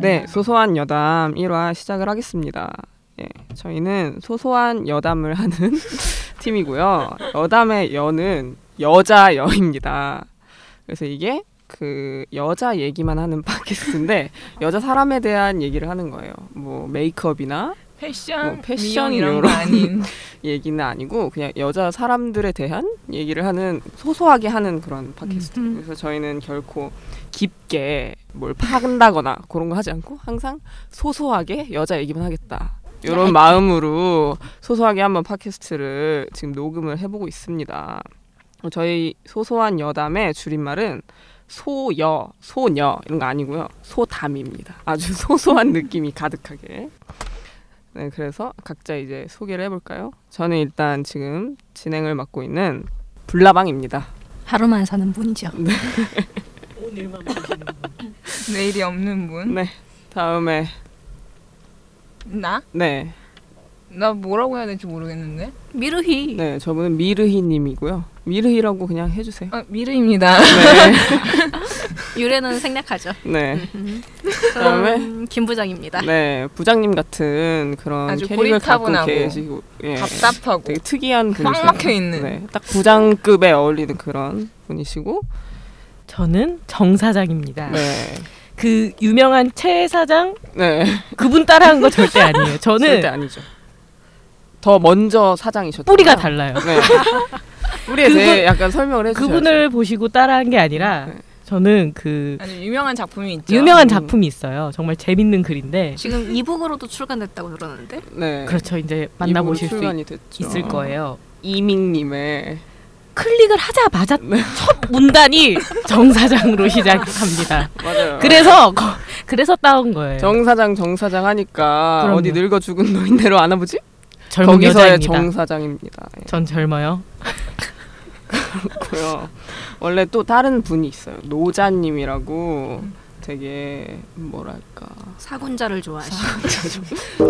네, 소소한 여담 1화 시작을 하겠습니다. 예, 저희는 소소한 여담을 하는 팀이고요. 여담의 여는 여자 여입니다. 그래서 이게 그 여자 얘기만 하는 팟캐스트인데 여자 사람에 대한 얘기를 하는 거예요. 뭐 메이크업이나 패션, 뭐 패션 미용 이런 이런 거 아닌 얘기는 아니고 그냥 여자 사람들에 대한 얘기를 하는 소소하게 하는 그런 팟캐스트. 음. 그래서 저희는 결코 깊게 뭘 파근다거나 그런 거 하지 않고 항상 소소하게 여자 얘기만 하겠다. 이런 마음으로 소소하게 한번 팟캐스트를 지금 녹음을 해보고 있습니다. 저희 소소한 여담의 줄임말은 소여, 소녀 이런 거 아니고요. 소담입니다. 아주 소소한 느낌이 가득하게. 네, 그래서 각자 이제 소개를 해볼까요? 저는 일단 지금 진행을 맡고 있는 불나방입니다. 하루만 사는 분이죠. 내일이 없는 분. 네. 다음에 나? 네, 나 뭐라고 해야 될지 모르겠는데. 미르히. 네, 저분은 미르희님이고요. 미르희라고 그냥 해주세요. 아, 미르입니다. 유래는 생략하죠. 네, 저는 김 부장입니다. 네, 부장님 같은 그런 아주 캐릭을 갖고 고리타분하고 계시고, 네. 예, 답답하고 되게 특이한 분이세요. 꽉 막혀 있는. 네, 딱 부장급에 어울리는 그런 분이시고, 저는 정 사장입니다. 네, 그 유명한 최 사장 네, 그분 따라한 거 절대 아니에요. 저는 절대 아니죠. 더 먼저 사장이셨죠. 뿌리가 달라요. 네. 뿌리에 대해 약간 설명을 해주셔야죠. 그분을 보시고 따라한 게 아니라 네. 저는 그 아주 유명한 작품이 있죠. 유명한 음. 작품이 있어요. 정말 재밌는 글인데 지금 이북으로도 출간됐다고 들었는데 네. 그렇죠. 이제 이분 만나보실 수 출간이 됐죠. 있, 을 거예요. 이밍님의 클릭을 하자마자 네. 첫 문단이 정 사장으로 시작합니다. 맞아요. 그래서 거- 그래서 따온 거예요. 정 사장 정 사장 하니까 그럼요. 어디 늙어 죽은 노인대로 안 아버지? 젊은 거기서의 여자입니다. 정 사장입니다. 예, 전 젊어요. 그렇고요. 원래 또 다른 분이 있어요. 노자님이라고 되게 뭐랄까 사군자를 좋아하시.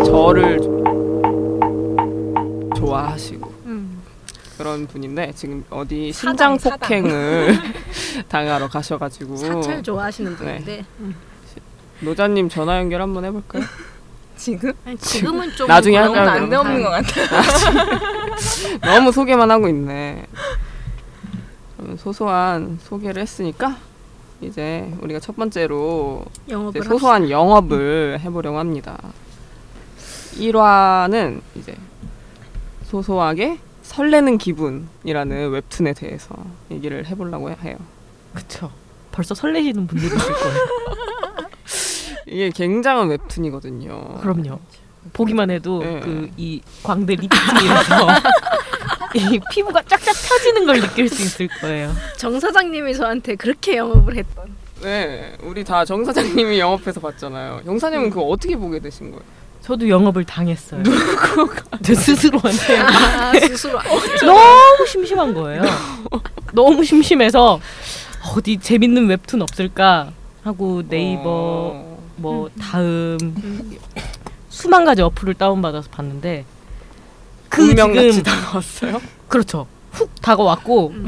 저를 좀 좋아하시고 음. 그런 분인데 지금 어디 신장 사당, 사당. 폭행을 당하러 가셔가지고 사찰 좋아하시는 분인데 노자님 전화 연결 한번 해볼까요? 지금 아니, 지금은 좀 나중에 그런 음, 너무 할까요, 그럼? 안돼 없는 건것 아닌가. 같아. 너무 소개만 하고 있네. 그러면 소소한 소개를 했으니까 이제 우리가 첫 번째로 이제 영업을 소소한 소소한 영업을 해보려고 합니다. 1화는 이제 소소하게 설레는 기분이라는 웹툰에 대해서 얘기를 해보려고 해요. 그쵸. 벌써 설레시는 분들이 있을 거예요. 이게 굉장한 웹툰이거든요. 그럼요. 보기만 해도 예. 그 이 광대 리프팅이라서 이 피부가 쫙쫙 펴지는 걸 느낄 수 있을 거예요. 정 사장님이 저한테 그렇게 영업을 했던. 네, 우리 다 정 사장님이 영업해서 봤잖아요. 정 음. 사장님은 그거 어떻게 보게 되신 거예요? 저도 영업을 당했어요. 제 스스로한테 아 스스로 너무 심심한 거예요. 너무 심심해서 어디 재밌는 웹툰 없을까 하고 네이버 어, 뭐 다음 수만 가지 어플을 다운받아서 봤는데 그 운명같이 지금 다가왔어요. 그렇죠. 훅 다가왔고 음.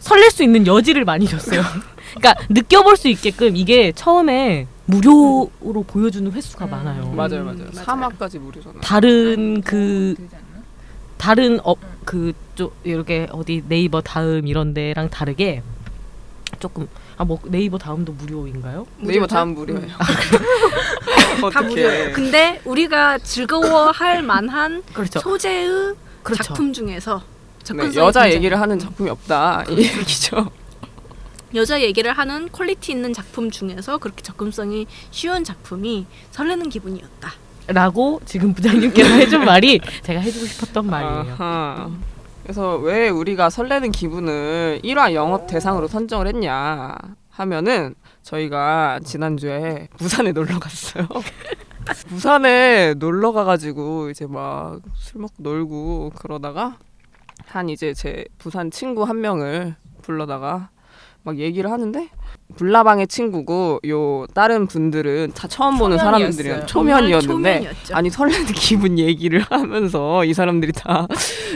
설렐 수 있는 여지를 많이 줬어요. 그러니까 느껴볼 수 있게끔 이게 처음에 무료로 보여주는 횟수가 음, 많아요. 맞아요, 음, 맞아요. 맞아요. 사막까지 무료잖아요. 다른 그 다른 업그쪽 이렇게 어디 네이버 다음 이런 데랑 다르게 조금 아 뭐 네이버 다음도 무료인가요? 네이버 뭐 무료죠? 아, 다음 무료예요. 네, 다 무료예요. 근데 우리가 즐거워할 만한 그렇죠. 소재의 그렇죠. 작품 중에서 네, 접근성이 여자 굉장히- 그렇죠. 얘기를 하는 작품이 없다 이 얘기죠. 여자 얘기를 하는 퀄리티 있는 작품 중에서 그렇게 접근성이 쉬운 작품이 설레는 기분이었다. 라고 지금 부장님께서 해준 말이 제가 해주고 싶었던 말이에요. 아하. 그래서 왜 우리가 설레는 기분을 1화 영업 대상으로 선정을 했냐 하면은 저희가 지난주에 부산에 놀러 갔어요. 부산에 놀러 가가지고 이제 막 술 먹고 놀고 그러다가 한 이제 제 부산 친구 한 명을 불러다가 막 얘기를 하는데 불나방의 친구고 요 다른 분들은 다 처음 보는 초면이었어요. 사람들이랑 정말 초면이었는데 초면이었죠. 아니 설레는 기분 얘기를 하면서 이 사람들이 다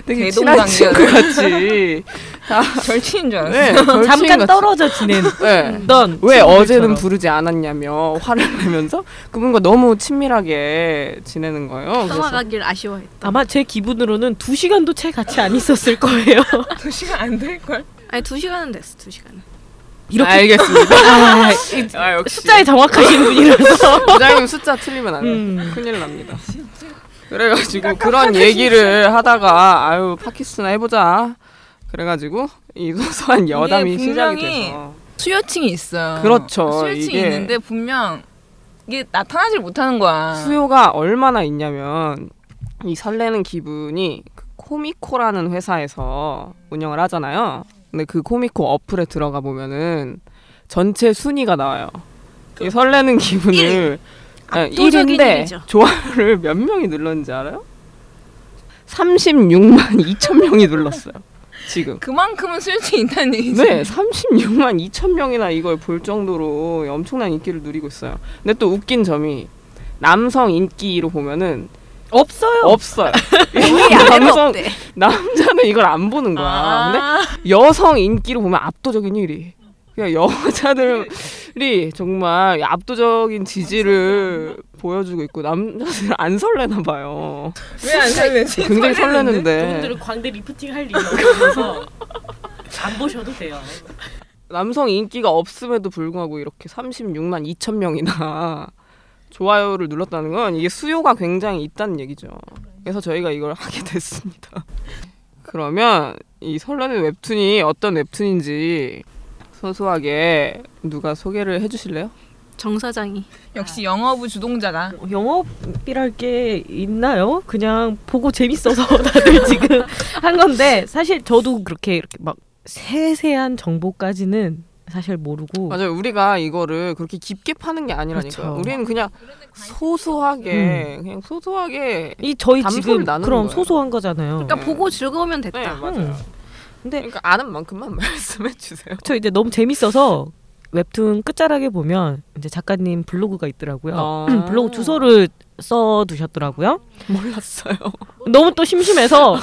되게 친한 개동방이었네. 친구 같이 절친인 줄 알았어. 네, 잠깐 절친같이- 떨어져 지낸 네. 넌 왜 음. 친구들처럼. 어제는 부르지 않았냐며 화를 내면서 그분과 너무 친밀하게 지내는 거예요. 그래서 떠나가길 아쉬워했다. 아마 제 기분으로는 두 시간도 채 같이 안 있었을 거예요. 두 시간 안 될 걸. 아니 두 시간은 됐어 두 시간은. 이렇게 알겠습니다. 아, 아, 역시 숫자에 정확하신 분이라서 부장님 숫자 틀리면 안 돼. 음. 큰일 납니다. 그래가지고 그런 얘기를 하다가 아유 파키스나 해보자. 그래가지고 이 소소한 여담이 시작이 분명히 돼서 수요층이 있어요. 그렇죠, 수요층이 이게. 있는데 분명 이게 나타나질 못하는 거야. 수요가 얼마나 있냐면 이 설레는 기분이 그 코미코라는 회사에서 운영을 하잖아요. 근데 그 코미코 어플에 들어가 보면은 전체 순위가 나와요. 이 설레는 기분을 그러니까 압도적인 1인데 일이죠. 좋아요를 몇 명이 눌렀는지 알아요? 36만 2천 명이 눌렀어요. 지금. 그만큼은 수요층이 있다는 얘기지. 네, 36만 2천 명이나 이걸 볼 정도로 엄청난 인기를 누리고 있어요. 근데 또 웃긴 점이 남성 인기로 보면은 없어요. 없어요. 남성 없대. 남자는 이걸 안 보는 거야. 근데 여성 인기로 보면 압도적인 1위. 그냥 여자들이 정말 압도적인 지지를 보여주고 있고 남자들은 안 설레나 봐요. 왜안 살려지? 굉장히 설레는데 저분들은 광대 리프팅 할 일이 없어서 안 보셔도 돼요. 남성 인기가 없음에도 불구하고 이렇게 36만 2천 명이나 좋아요를 눌렀다는 건 이게 수요가 굉장히 있다는 얘기죠. 그래서 저희가 이걸 하게 됐습니다. 그러면 이 설레는 웹툰이 어떤 웹툰인지 소소하게 누가 소개를 해주실래요? 정 사장이 역시 영어부 주동자다. 영업이랄 게 있나요? 그냥 보고 재밌어서 다들 지금 한 건데 사실 저도 그렇게 이렇게 막 세세한 정보까지는 사실 모르고 맞아요. 우리가 이거를 그렇게 깊게 파는 게 아니라니까요. 그렇죠. 우리는 그냥 소소하게 그냥 소소하게 이 저희 담소를 지금 그럼 나누는 거예요. 소소한 거잖아요. 그러니까 네. 보고 즐거우면 네 됐다. 맞아요. 근데 그러니까 아는 만큼만 말씀해 주세요. 저 이제 너무 재밌어서 웹툰 끝자락에 보면 이제 작가님 블로그가 있더라고요. 어. 블로그 주소를 써 두셨더라고요. 몰랐어요. 너무 또 심심해서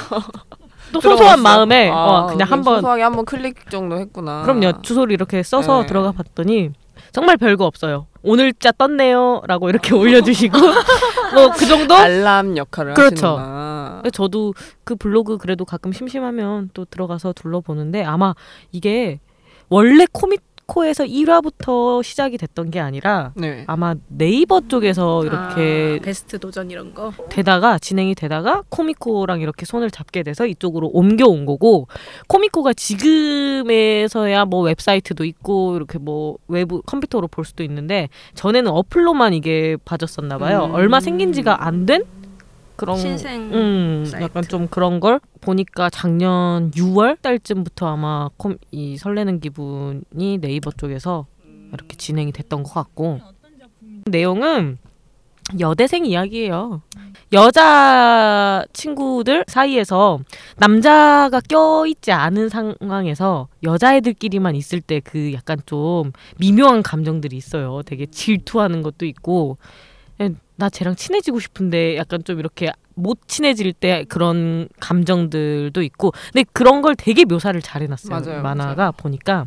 또 소소한 들어갔어요? 마음에 아, 어, 그냥 한번 소소하게 한번 클릭 정도 했구나. 그럼요 주소를 이렇게 써서 네. 들어가 봤더니 정말 별거 없어요. 오늘 자 떴네요라고 이렇게 올려주시고 뭐 그 정도. 알람 역할을 그렇죠. 하시는구나. 그래서 저도 그 블로그 그래도 가끔 심심하면 또 들어가서 둘러보는데 아마 이게 원래 코미코에서 1화부터 시작이 됐던 게 아니라 네. 아마 네이버 쪽에서 이렇게 음. 아, 베스트 도전 이런 거. 되다가 진행이 되다가 코미코랑 이렇게 손을 잡게 돼서 이쪽으로 옮겨온 거고 코미코가 지금에서야 뭐 웹사이트도 있고 이렇게 뭐 외부 컴퓨터로 볼 수도 있는데 전에는 어플로만 이게 봐졌었나 봐요. 음. 얼마 생긴 지가 안 된 그런 신생 음, 사이트. 약간 좀 그런 걸 보니까 작년 6월 달쯤부터 아마 콤, 이 설레는 기분이 네이버 쪽에서 이렇게 진행이 됐던 것 같고 내용은 여대생 이야기예요. 여자 친구들 사이에서 남자가 껴있지 않은 상황에서 여자애들끼리만 있을 때 그 약간 좀 미묘한 감정들이 있어요. 되게 질투하는 것도 있고 예, 나 쟤랑 친해지고 싶은데 약간 좀 이렇게 못 친해질 때 그런 감정들도 있고 근데 그런 걸 되게 묘사를 잘 해놨어요 맞아요, 만화가 보니까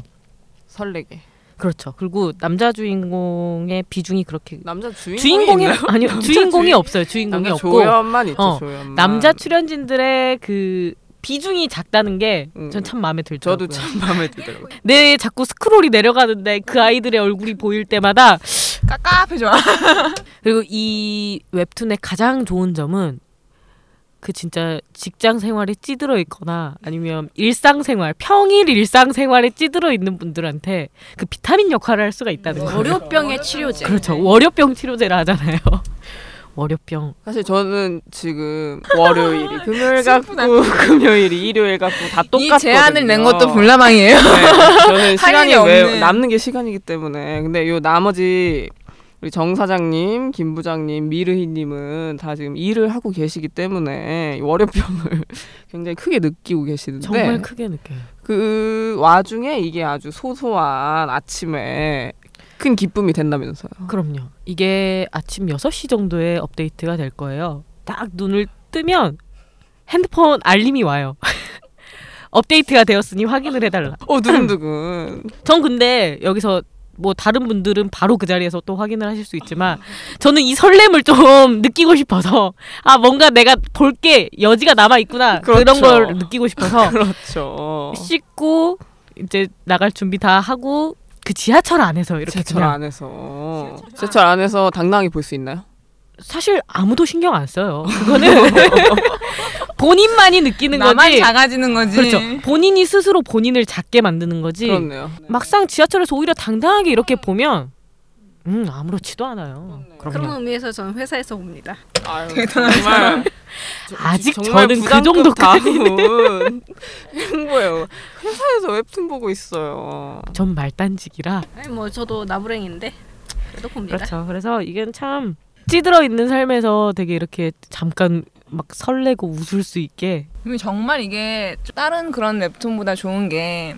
설레게. 그렇죠 그리고 남자 주인공의 비중이 그렇게 남자 주인공이 주인공이 있나요? 아니요 주인공이 주인- 없어요 주인공이 남자 없고 조연만 있죠. 어, 조연만. 남자 출연진들의 그 비중이 작다는 게 음. 전 참 마음에 들더라고요. 저도 참 마음에 들더라고요. 내 자꾸 스크롤이 내려가는데 그 아이들의 얼굴이 보일 때마다 아, 깝깝해져. 그리고 이 웹툰의 가장 좋은 점은 그 진짜 직장 생활에 찌들어 있거나 아니면 일상 생활 평일 일상 생활에 찌들어 있는 분들한테 그 비타민 역할을 할 수가 있다는 거예요. 네. 월요병의 치료제. 그렇죠. 월요병 치료제라 하잖아요. 월요병 사실 저는 지금 월요일이 금요일 같고 슬프다. 금요일이 일요일 같고 다 똑같거든요. 이 제안을 낸 것도 불나방이에요. 네, 저는 할 일이 시간이 왜 없는. 남는 게 시간이기 때문에 근데 요 나머지 우리 정 사장님, 김 부장님, 미르희님은 다 지금 일을 하고 계시기 때문에 이 월요병을 굉장히 크게 느끼고 계시는데 정말 크게 느껴요. 그 와중에 이게 아주 소소한 아침에 큰 기쁨이 된다면서요. 그럼요. 이게 아침 6시 정도에 업데이트가 될 거예요. 딱 눈을 뜨면 핸드폰 알림이 와요. 업데이트가 되었으니 확인을 해달라. 어 두근두근. 전 근데 여기서 뭐 다른 분들은 바로 그 자리에서 또 확인을 하실 수 있지만 저는 이 설렘을 좀 느끼고 싶어서 아 뭔가 내가 볼 게 여지가 남아 있구나 그런 그렇죠. 걸 느끼고 싶어서 그렇죠. 씻고 이제 나갈 준비 다 하고 그 지하철 안에서 이렇게 제철 그냥 안에서 제철 안에서 당당히 볼 수 있나요? 사실 아무도 신경 안 써요. 그거는 본인만이 느끼는 나만 거지. 작아지는 거지. 그렇죠. 본인이 스스로 본인을 작게 만드는 거지. 음. 그렇네요. 막상 지하철에서 오히려 당당하게 이렇게 보면 음 아무렇지도 않아요. 네. 그런 의미에서 저는 회사에서 봅니다. 아유, 정말 저- 아직 정말 저는 그 부담급 정도까지는. 다운 행보예요. 회사에서 웹툰 보고 있어요. 전 말단직이라 아니 뭐 저도 나부랭인데 그래도 봅니다. 그렇죠. 그래서 이건 참 찌들어 있는 삶에서 되게 이렇게 잠깐 막 설레고 웃을 수 있게 근데 정말 이게 다른 그런 웹툰보다 좋은 게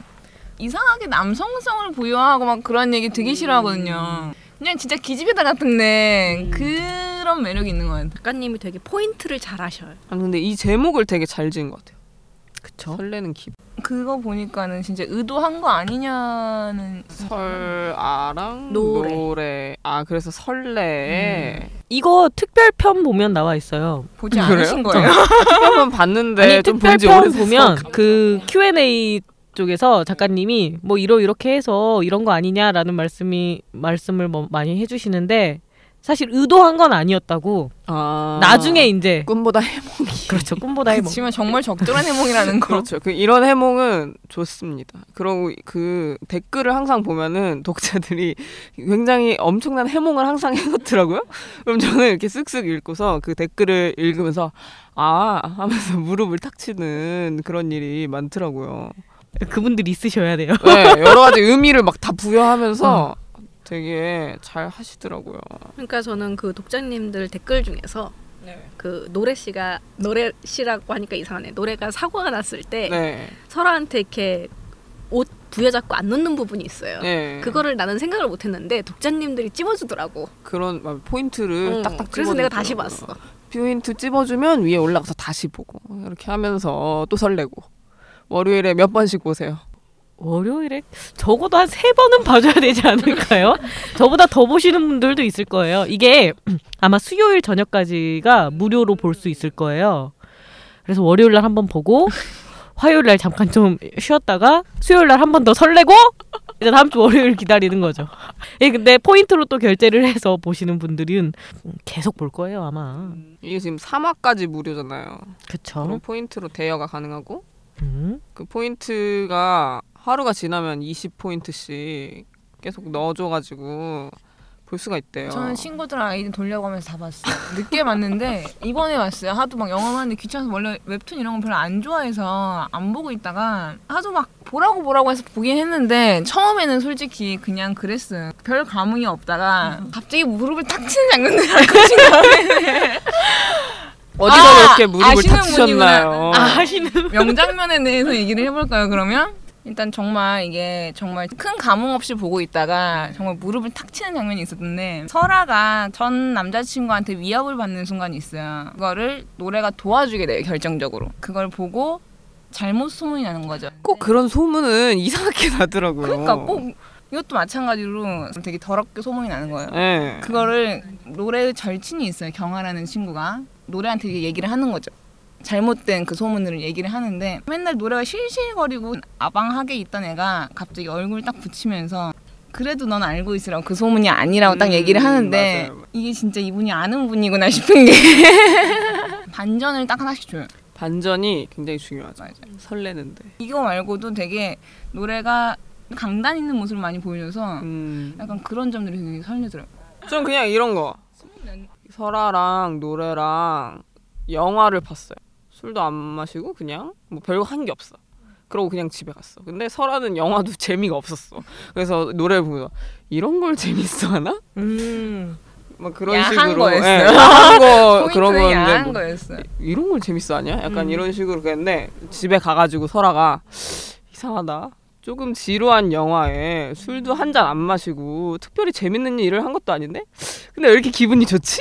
이상하게 남성성을 부여하고 막 그런 얘기 되게 싫어하거든요. 그냥 진짜 기집애들 같은데 그런 매력이 있는 것 같아요. 작가님이 되게 포인트를 잘 하셔요. 아 근데 이 제목을 되게 잘 지은 것 같아요. 그쵸. 설레는 기. 그거 보니까는 진짜 의도한 거 아니냐는 설아랑 노래. 노래. 아 그래서 설레. 음. 이거 특별편 보면 나와 있어요. 보지 그래요? 않으신 거예요? 한번 봤는데 아니 네, 좀 본지 특별편 오래됐어. 보면 그 Q&A 쪽에서 작가님이 뭐 이러 이렇게 해서 이런 거 아니냐라는 말씀이 말씀을 뭐 많이 해주시는데 사실 의도한 건 아니었다고 아, 나중에 이제 꿈보다 해몽이. 그렇죠 꿈보다 해먹 그렇지만 정말 적절한 해몽이라는 거. 그렇죠. 그 이런 해몽은 좋습니다. 그리고 그 댓글을 항상 보면은 독자들이 굉장히 엄청난 해몽을 항상 해놓더라고요. 그럼 저는 이렇게 쓱쓱 읽고서 그 댓글을 읽으면서 아 하면서 무릎을 탁 치는 그런 일이 많더라고요. 그분들 있으셔야 돼요 네, 여러 가지 의미를 막 다 부여하면서 되게 잘 하시더라고요. 그러니까 저는 그 독자님들 댓글 중에서 네. 그 노래 씨가 노래 씨라고 하니까 이상하네. 노래가 사고가 났을 때 네, 설아한테 이렇게 옷 부여잡고 안 놓는 부분이 있어요. 네. 그거를 나는 생각을 못했는데 독자님들이 찝어주더라고. 그런 막 포인트를 어, 음, 딱딱 그래서 내가 다시 집어넣더라고요. 봤어. 포인트 찝어주면 위에 올라가서 다시 보고 이렇게 하면서 또 설레고 월요일에 몇 번씩 보세요. 월요일에 적어도 한 세 번은 봐줘야 되지 않을까요? 저보다 더 보시는 분들도 있을 거예요. 이게 아마 수요일 저녁까지가 무료로 볼 수 있을 거예요. 그래서 월요일 날 한번 보고 화요일 날 잠깐 좀 쉬었다가 수요일 날 한 번 더 설레고 이제 다음 주 월요일 기다리는 거죠. 예, 근데 포인트로 또 결제를 해서 보시는 분들은 계속 볼 거예요 아마. 이게 지금 3화까지 무료잖아요. 음. 그쵸? 그럼 포인트로 대여가 가능하고 음. 그 포인트가 하루가 지나면 20포인트씩 계속 넣어줘가지고 볼 수가 있대요. 저는 친구들 아이디 돌려가면서 다 봤어요. 늦게 봤는데 이번에 봤어요. 하도 막 영화 봤는데 귀찮아서 원래 웹툰 이런 거 별로 안 좋아해서 안 보고 있다가 하도 막 보라고 보라고 해서 보긴 했는데 처음에는 솔직히 그냥 그랬어요. 별 감흥이 없다가 갑자기 무릎을 탁 치는 장면들이 꽂힌 다음에 어디서 아, 이렇게 무릎을 아시는 다치셨나요? 아, 하시는 명장면에 대해서 얘기를 해볼까요 그러면? 일단 정말 이게 정말 큰 감흥 없이 보고 있다가 정말 무릎을 탁 치는 장면이 있었는데 설아가 전 남자친구한테 위협을 받는 순간이 있어요. 그거를 노래가 도와주게 돼요 결정적으로. 그걸 보고 잘못 소문이 나는 거죠. 꼭 그런 소문은 이상하게 나더라고요. 그러니까 꼭 이것도 마찬가지로 되게 더럽게 소문이 나는 거예요. 네. 그거를 노래 절친이 있어요. 경아라는 친구가 노래한테 이게 얘기를 하는 거죠. 잘못된 그 소문을 얘기를 하는데 맨날 노래가 실실거리고 아방하게 있던 애가 갑자기 얼굴 딱 붙이면서 그래도 넌 알고 있으라고 그 소문이 아니라고 딱 음, 얘기를 하는데 맞아요. 이게 진짜 이분이 아는 분이구나 싶은 게 반전을 딱 하나씩 줘요. 반전이 굉장히 중요하죠. 맞아요. 설레는데. 이거 말고도 되게 노래가 강단 있는 모습을 많이 보여줘서 음. 약간 그런 점들이 되게 설레더라고요. 전 그냥 이런 거. 설아랑 노래랑 영화를 봤어요. 술도 안 마시고 그냥 뭐 별거 한 게 없어. 그러고 그냥 집에 갔어. 근데 설아는 영화도 재미가 없었어. 그래서 노래를 보면서 이런 걸 재밌어 하나? 막 그런 야한 식으로 거였어요. 예, 야한 거 음. 그런 포인트가 건데 야한 뭐, 네. 거였어요. 이런 걸 재밌어 하냐? 음. 약간 이런 식으로 그랬는데 집에 가가지고 설아가 이상하다. 조금 지루한 영화에 술도 한 잔 안 마시고 특별히 재밌는 일을 한 것도 아닌데 근데 왜 이렇게 기분이 좋지?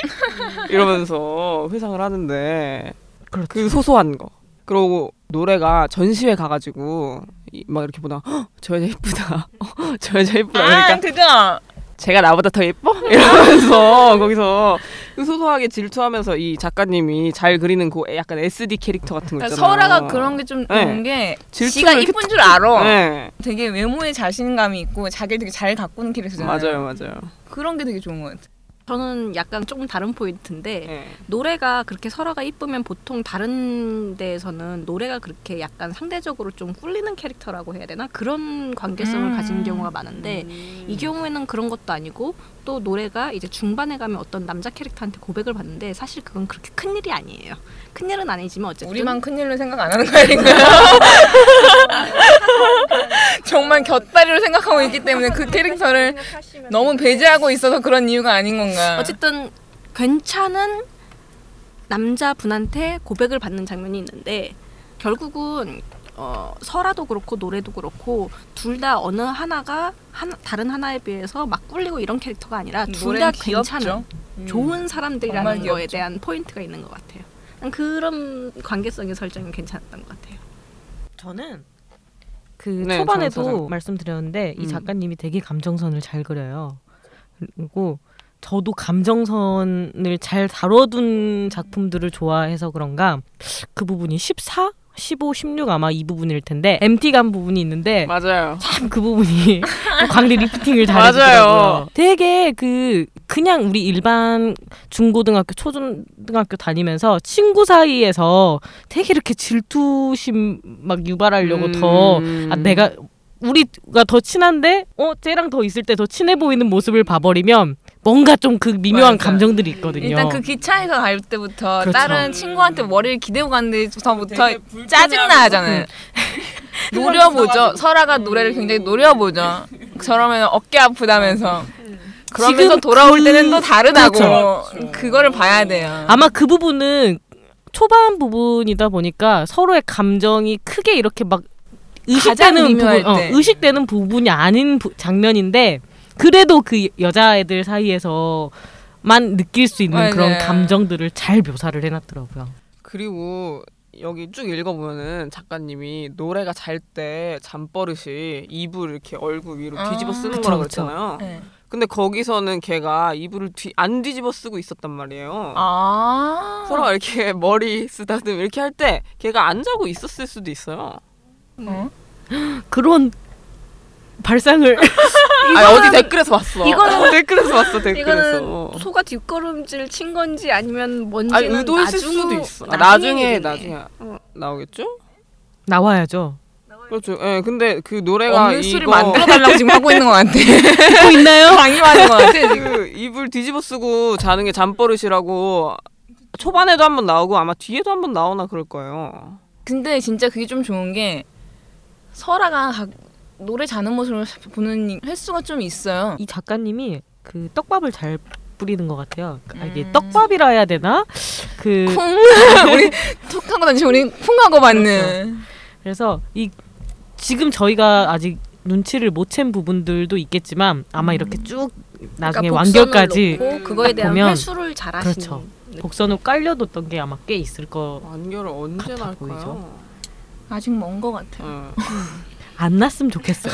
이러면서 회상을 하는데 그렇죠. 그 소소한 거. 그러고 노래가 전시회 가가지고 이- 막 이렇게 보다 "헉, 저 여자 예쁘다 어, 저 여자 예쁘다 아, 그러니까 그거 제가 나보다 더 예뻐? 이러면서 거기서 소소하게 질투하면서 이 작가님이 잘 그리는 그 약간 SD 캐릭터 같은 거 그러니까 있잖아요. 네. 서라가 그런 게 좀 좋은 게 질투를 지가 이렇게 이쁜 줄 알아. 네. 되게 외모에 자신감이 있고 자기를 되게 잘 가꾸는 캐릭터잖아요. 맞아요, 맞아요. 그런 게 되게 좋은 것 같아. 저는 약간 조금 다른 포인트인데 네. 노래가 그렇게 설화가 이쁘면 보통 다른 데에서는 노래가 그렇게 약간 상대적으로 좀 꿀리는 캐릭터라고 해야 되나 그런 관계성을 음. 가진 경우가 많은데 이 경우에는 그런 것도 아니고 또 노래가 이제 중반에 가면 어떤 남자 캐릭터한테 고백을 받는데 사실 그건 그렇게 큰 일이 아니에요. 큰 일은 아니지만 어쨌든 우리만 큰일로 생각 안 하는 거 아닌가요? 정말 곁다리로 생각하고 있기 때문에 그 캐릭터를 너무 배제하고 있어서 그런 이유가 아닌 네. 건가. 어쨌든 괜찮은 남자분한테 고백을 받는 장면이 있는데 결국은 어, 설화도 그렇고 노래도 그렇고 둘 다 어느 하나가 한, 다른 하나에 비해서 막 꿀리고 이런 캐릭터가 아니라 둘 노래는 다 귀엽죠. 괜찮은 음. 좋은 정말 사람들이라는 귀엽죠. 거에 대한 포인트가 있는 것 같아요. 그런 관계성의 설정이 괜찮았던 것 같아요. 저는 그 네, 초반에도 저는 사장- 말씀드렸는데 이 음. 작가님이 되게 감정선을 잘 그려요. 그리고 저도 감정선을 잘 다뤄둔 작품들을 좋아해서 그런가 그 부분이 14, 15, 16 아마 이 부분일 텐데 MT 간 부분이 있는데 네. 맞아요. 참 그 부분이 광대 리프팅을 맞아요. 잘해주더라고요. 되게 그 그냥 우리 일반 중고등학교 초중등학교 다니면서 친구 사이에서 되게 이렇게 질투심 막 유발하려고 더 음. 아, 내가 우리가 더 친한데 어 쟤랑 더 있을 때 더 친해 보이는 모습을 봐버리면 뭔가 좀 그 미묘한 맞아. 감정들이 있거든요. 일단 그 기차에서 갈 때부터 그렇죠. 다른 친구한테 머리를 기대고 갔는데부터 음. 짜증나 하잖아요. 노려보죠. 설아가 노래를 굉장히 노려보죠. 저러면 어깨 아프다면서. 그러면서 지금 돌아올 그- 때는 또 다르다고. 그렇죠. 그거를 봐야 돼요. 아마 그 부분은 초반 부분이다 보니까 서로의 감정이 크게 이렇게 막 가장 의식되는 미묘할 부분, 어, 때. 의식되는 부분이 아닌 부- 장면인데 그래도 그 여자애들 사이에서만 느낄 수 있는 맞아요. 그런 감정들을 잘 묘사를 해놨더라고요. 그리고 여기 쭉 읽어보면은 작가님이 노래가 잘 때 잠버릇이 이불 이렇게 얼굴 위로 아. 뒤집어 쓰는 그쵸, 거라고 그쵸. 했잖아요. 네. 근데 거기서는 걔가 이불을 뒤, 안 뒤집어 쓰고 있었단 말이에요. 아. 서로 이렇게 머리 쓰다듬 이렇게 할 때 걔가 안 자고 있었을 수도 있어요. 어? 그런 발상을 아 어디 댓글에서 봤어. 이거는- 댓글에서 봤어 댓글에서. 이거는 소가 뒷걸음질 친 건지 아니면 뭔지는 아니 의도했을 나중- 수도 있어. 아, 나중에 나중에 나중에, 얘기겠네. 어. 나오겠죠? 나와야죠. 그렇죠. 예, 근데 그 노래가 없는 이거 소리 만들어달라고 지금 하고 있는 것 같아. 듣고 있나요? 강요하는 것 같아. 그 이불 뒤집어 쓰고 자는 게 잠버릇이라고 초반에도 한 번 나오고 아마 뒤에도 한 번 나오나 그럴 거예요. 근데 진짜 그게 좀 좋은 게 설아가 가- 노래 자는 모습을 보는 횟수가 좀 있어요. 이 작가님이 그 떡밥을 잘 뿌리는 것 같아요. 아, 이게 음. 떡밥이라 해야 되나? 쿵그 우리 툭 하고 다니시 우리 쿵 하고 받는 그래서 이 지금 저희가 아직 눈치를 못 챈 부분들도 있겠지만 아마 이렇게 쭉 나중에 완결까지 그러니까 놓고 그거에 딱 대한 보면- 회수를 잘 하시는 그렇죠. 복선을 깔려뒀던 게 아마 꽤 있을 거 안 완결을 언제 같아 날까요? 보이죠? 아직 먼 것 같아요. 예. 났으면 좋겠어요.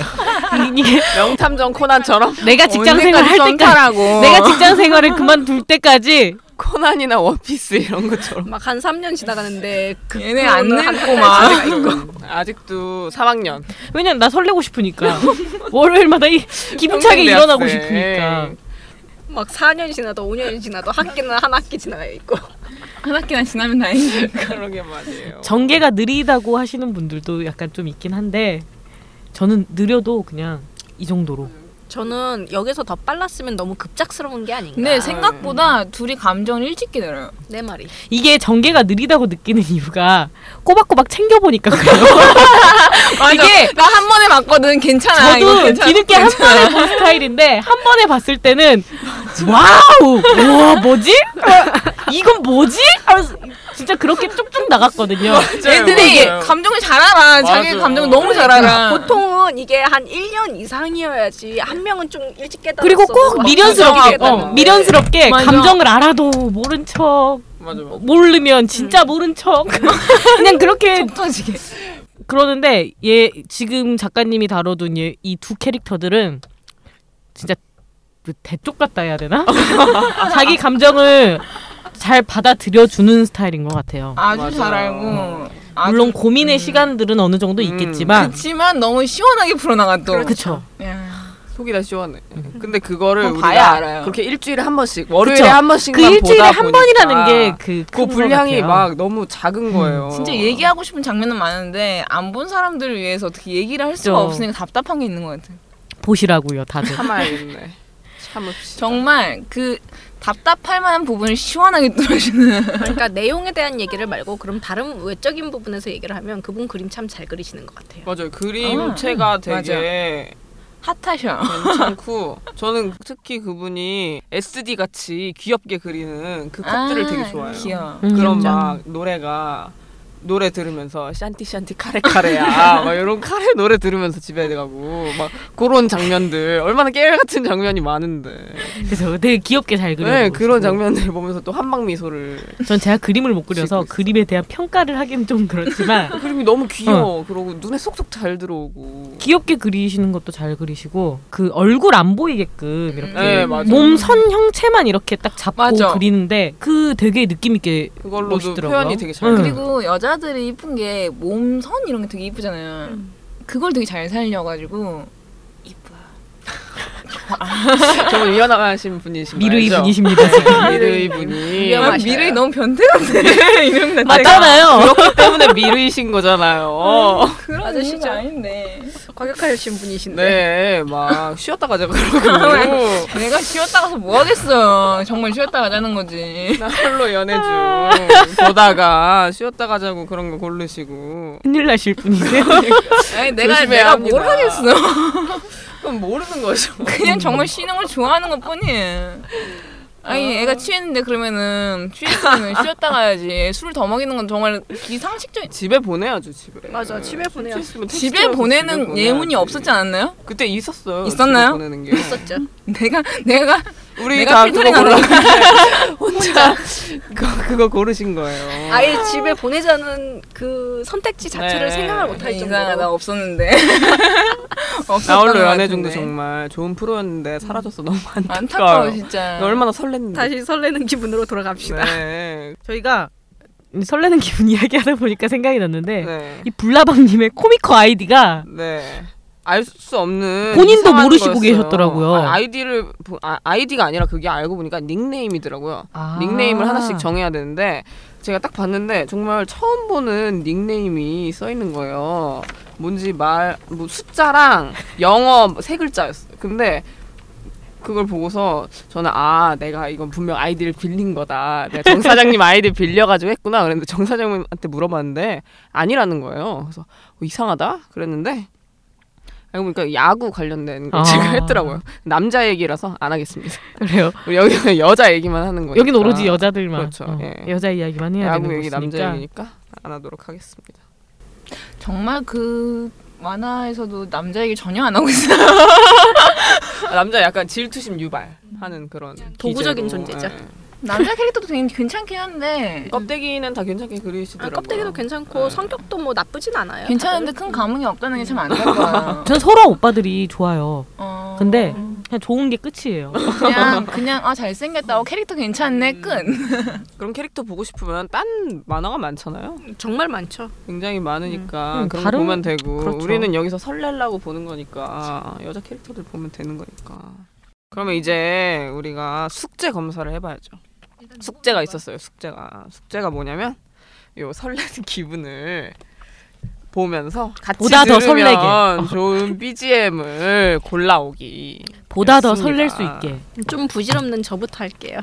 이게 명탐정 코난처럼 내가 직장 생활 할 언제까지 때까지 전탈하고 어. 내가 직장 생활을 그만둘 때까지 코난이나 원피스 이런 것처럼. 막 한 3년 지나가는데 그 얘네 안 끈을 늙고 한 막 음, 아직도 3학년. 왜냐면 나 설레고 싶으니까 월요일마다 이 기분차게 일어나고 싶으니까 막 4년 지나도 5년 지나도 학기는 한 학기 지나가 있고 한 학기나 지나면 다행이지. 그런 게 말이에요. 전개가 느리다고 하시는 분들도 약간 좀 있긴 한데 저는 느려도 그냥 이 정도로 저는 여기서 더 빨랐으면 너무 급작스러운 게 아닌가 근데 생각보다 둘이 감정을 일찍 기다려요. 내 말이 이게 전개가 느리다고 느끼는 이유가 꼬박꼬박 챙겨보니까 그래요. 이게 나 한 번에 봤거든. 괜찮아. 이거 저도 괜찮아. 뒤늦게 한 번에 본 스타일인데 한 번에 봤을 때는 와우, 우와 뭐지? 이건 뭐지? 하면서 진짜 그렇게 쭉쭉 나갔거든요. 얘들이 이게 감정을 잘 알아. 자기 맞아요. 감정을 너무 잘 알아. 보통은 이게 한 1년 이상이어야지 한 명은 좀 일찍 깨달았어 뭐 그리고 꼭 미련스럽게, 부정하고. 어, 미련스럽게 맞아. 감정을 알아도 모른 척 맞아 맞아. 모르면 진짜 모른 척 음. 그냥 그렇게 독터지게. 그러는데 얘 지금 작가님이 다뤄둔 이 두 캐릭터들은 진짜 그 대쪽 같다 해야 되나? 자기 감정을 잘 받아들여 주는 스타일인 것 같아요. 아주 맞아. 그, 잘 알고. 아주- 물론 음. 고민의 시간들은 어느 정도 음. 있겠지만 그렇지만 너무 시원하게 예. 풀어나가 또. 그렇죠. 야. 속이 다 시원해. 근데 그거를 그건 우리가 봐야 알아요. 그렇게 일주일에 한 번씩 월요일에 그쵸. 한 그 번씩만 일주일에 보다 한 보니까 번이라는 게그 그 분량이 막 너무 작은 거예요. 진짜 얘기하고 싶은 장면은 많은데 안 본 사람들을 위해서 어떻게 얘기를 할 수가 그렇죠. 없으니까 답답한 게 있는 것 같아요. 보시라고요, 다들. 참아야겠네. 참읍시다. 정말 그 답답할 만한 부분을 시원하게 뚫어주는 그러니까 내용에 대한 얘기를 말고 그럼 다른 외적인 부분에서 얘기를 하면 그분 그림 참 잘 그리시는 것 같아요. 맞아요. 음, 그림체가 되게 핫하셔. 괜찮고 저는 특히 그분이 SD 같이 귀엽게 그리는 그 컵들을 아, 되게 좋아해요. 귀여워. 음. 그런 귀엽죠. 막 노래가 노래 들으면서 샨티 샨티 카레 카레야 막 이런 카레 노래 들으면서 집에 가고 막 그런 장면들 얼마나 깨알 같은 장면이 많은데 그래서 되게 귀엽게 잘 그려요. 네 그런 장면들 보면서 또 한방 미소를 전 제가 그림을 못 그려서 그리고 있어요. 그림에 대한 평가를 하긴 좀 그렇지만 그림이 너무 귀여워 그러고 눈에 쏙쏙 잘 들어오고 귀엽게 그리시는 것도 잘 그리시고 그 얼굴 안 보이게끔 이렇게 네 맞아 몸 선 형체만 이렇게 딱 잡고 맞아. 그리는데 그 되게 느낌 있게 그걸로도 멋있더라고요. 표현이 되게 잘 응. 돼. 그리고 여자들이 이쁜 게 몸선 이런 게 되게 이쁘잖아요. 음. 그걸 되게 잘 살려가지고 아, 이뻐. 저는 유연하신 분이신 미르이 거 알죠? 분이십니다. 네, 미르이 분이 난 맞아요. 미래이 너무 변태같네 이름 자체가. 맞잖아요. 그렇기 때문에 미르이신 거잖아요. 그런 아저씨죠. 이미지 아닌데. 과격하신 분이신데. 네, 막 쉬었다가 제가 그러고 내가 쉬었다 가서 뭐 하겠어요. 정말 쉬었다 가자는 거지. 나 홀로 연애 중 보다가 쉬었다 가자고 그런 거 고르시고 큰일 나실 분이세요. 아니, 내가 조심해야 내가 뭘 합니다. 하겠어. 그럼 모르는 거죠. 그냥 정말 쉬는 걸 좋아하는 것 뿐이에요. 아니 애가 취했는데 그러면은 취했으면 쉬었다 가야지. 술을 더 먹이는 건 정말 비상식적인. 집에 보내야죠 집에. 맞아, 집에 보내야죠. 택시였으면 택시 집에 태워서 보내는 집에 예문이 보내야지. 없었지 않았나요? 그때 있었어요. 있었나요? 집에 보내는 게. 있었죠. 내가 내가 우리 내가 다 그러니까 그거 필터링 안 골랐는데 혼자 그거, 그거 고르신 거예요. 아예 집에 보내자는 그 선택지 자체를 네. 생각을 못할 이상하다 정도로. 없었는데. 없었던 나 홀로 것 연애 같은데. 중도 정말 좋은 프로였는데 사라져서 너무 안타까워 안타까워요. 진짜. 얼마나 설렜는데. 다시 설레는 기분으로 돌아갑시다. 네. 저희가 설레는 기분 이야기하다 보니까 생각이 났는데 네. 이 불나방님의 코미커 아이디가 네. 알 수 없는 본인도 이상한 모르시고 거였어요. 계셨더라고요. 아, 아이디를 보- 아, 아이디가 아니라 그게 알고 보니까 닉네임이더라고요. 아, 아. 닉네임을 하나씩 정해야 되는데 제가 딱 봤는데 정말 처음 보는 닉네임이 써 있는 거예요. 뭔지 말 뭐 숫자랑 영어 뭐세 글자였어요. 근데 그걸 보고서 저는 아 내가 이건 분명 아이디를 빌린 거다. 내가 정 사장님 아이디 빌려가지고 했구나. 그랬는데 정 사장님한테 물어봤는데 아니라는 거예요. 그래서 어, 이상하다 그랬는데 알고 보니까 야구 관련된 걸 아. 제가 했더라고요. 남자 얘기라서 안 하겠습니다. 그래요. 우리 여기는 여자 얘기만 하는 거예요. 여긴 오로지 여자들만 뭐 그렇죠, 어, 예. 여자 이야기만 해야 되는 야구 얘기 곳이니까. 남자 얘기니까 안 하도록 하겠습니다. 정말 그 만화에서도 남자 얘기 전혀 안 하고 있어요. 아, 남자 약간 질투심 유발하는 그런 도구적인 기재로, 존재죠. 예. 남자 캐릭터도 되게 괜찮긴 한데 껍데기는 다 괜찮게 그리시더라고요. 아, 껍데기도 괜찮고 네. 성격도 뭐 나쁘진 않아요. 괜찮은데 큰 감흥이 없다는 게 참 안타까워요. 전 서로 오빠들이 좋아요. 어, 근데 그냥 좋은 게 끝이에요. 그냥 그냥 아 잘생겼다. 어, 캐릭터 괜찮네. 끝. 그런 캐릭터 보고 싶으면 딴 만화가 많잖아요. 다들. 정말 많죠. 굉장히 많으니까 음, 그런 다른- 거 보면 되고 그렇죠. 우리는 여기서 설레려고 보는 거니까 여자 캐릭터들 보면 되는 거니까. 그러면 이제 우리가 숙제 검사를 해봐야죠. 숙제가 있었어요. 숙제가 숙제가 뭐냐면 요 설레는 기분을 보면서 같이 보다 더 들으면 설레게. 어. 좋은 BGM을 골라오기. 보다 더 그렇습니다. 설렐 수 있게. 좀 부질없는 저부터 할게요.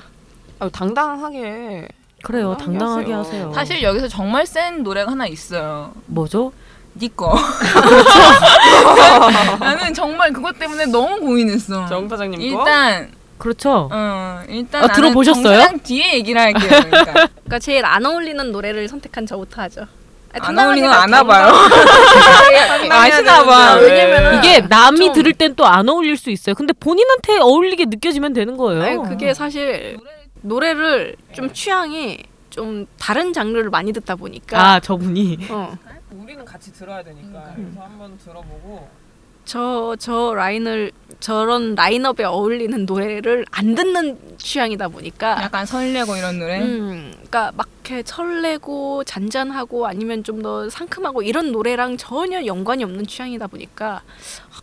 아, 당당하게 그래요. 당당하게 당당하게 하세요. 하세요. 사실 여기서 정말 센 노래가 하나 있어요. 뭐죠? 니꺼. 나는 정말 그것 때문에 너무 고민했어. 정 사장님 거. 일단 그렇죠. 어 일단 아, 나는 들어보셨어요? 정상 뒤에 얘기를 할게요. 그러니까. 그러니까 제일 안 어울리는 노래를 선택한 저부터 하죠. 아니, 안 어울리는 건 당당하게 아나 봐요. 아시나 네. 봐. 아, 왜냐면은 이게 남이 좀- 들을 땐 또 안 어울릴 수 있어요. 근데 본인한테 어울리게 느껴지면 되는 거예요. 아니, 그게 사실 노래를 좀 취향이 좀 다른 장르를 많이 듣다 보니까 아 저분이 어, 우리는 같이 들어야 음. 되니까 그래서 한번 들어보고 저, 저 라인을 저런 라인업에 어울리는 노래를 안 듣는 취향이다 보니까 약간 설레고 이런 노래. 음, 그러니까 막 이렇게 설레고 잔잔하고 아니면 좀 더 상큼하고 이런 노래랑 전혀 연관이 없는 취향이다 보니까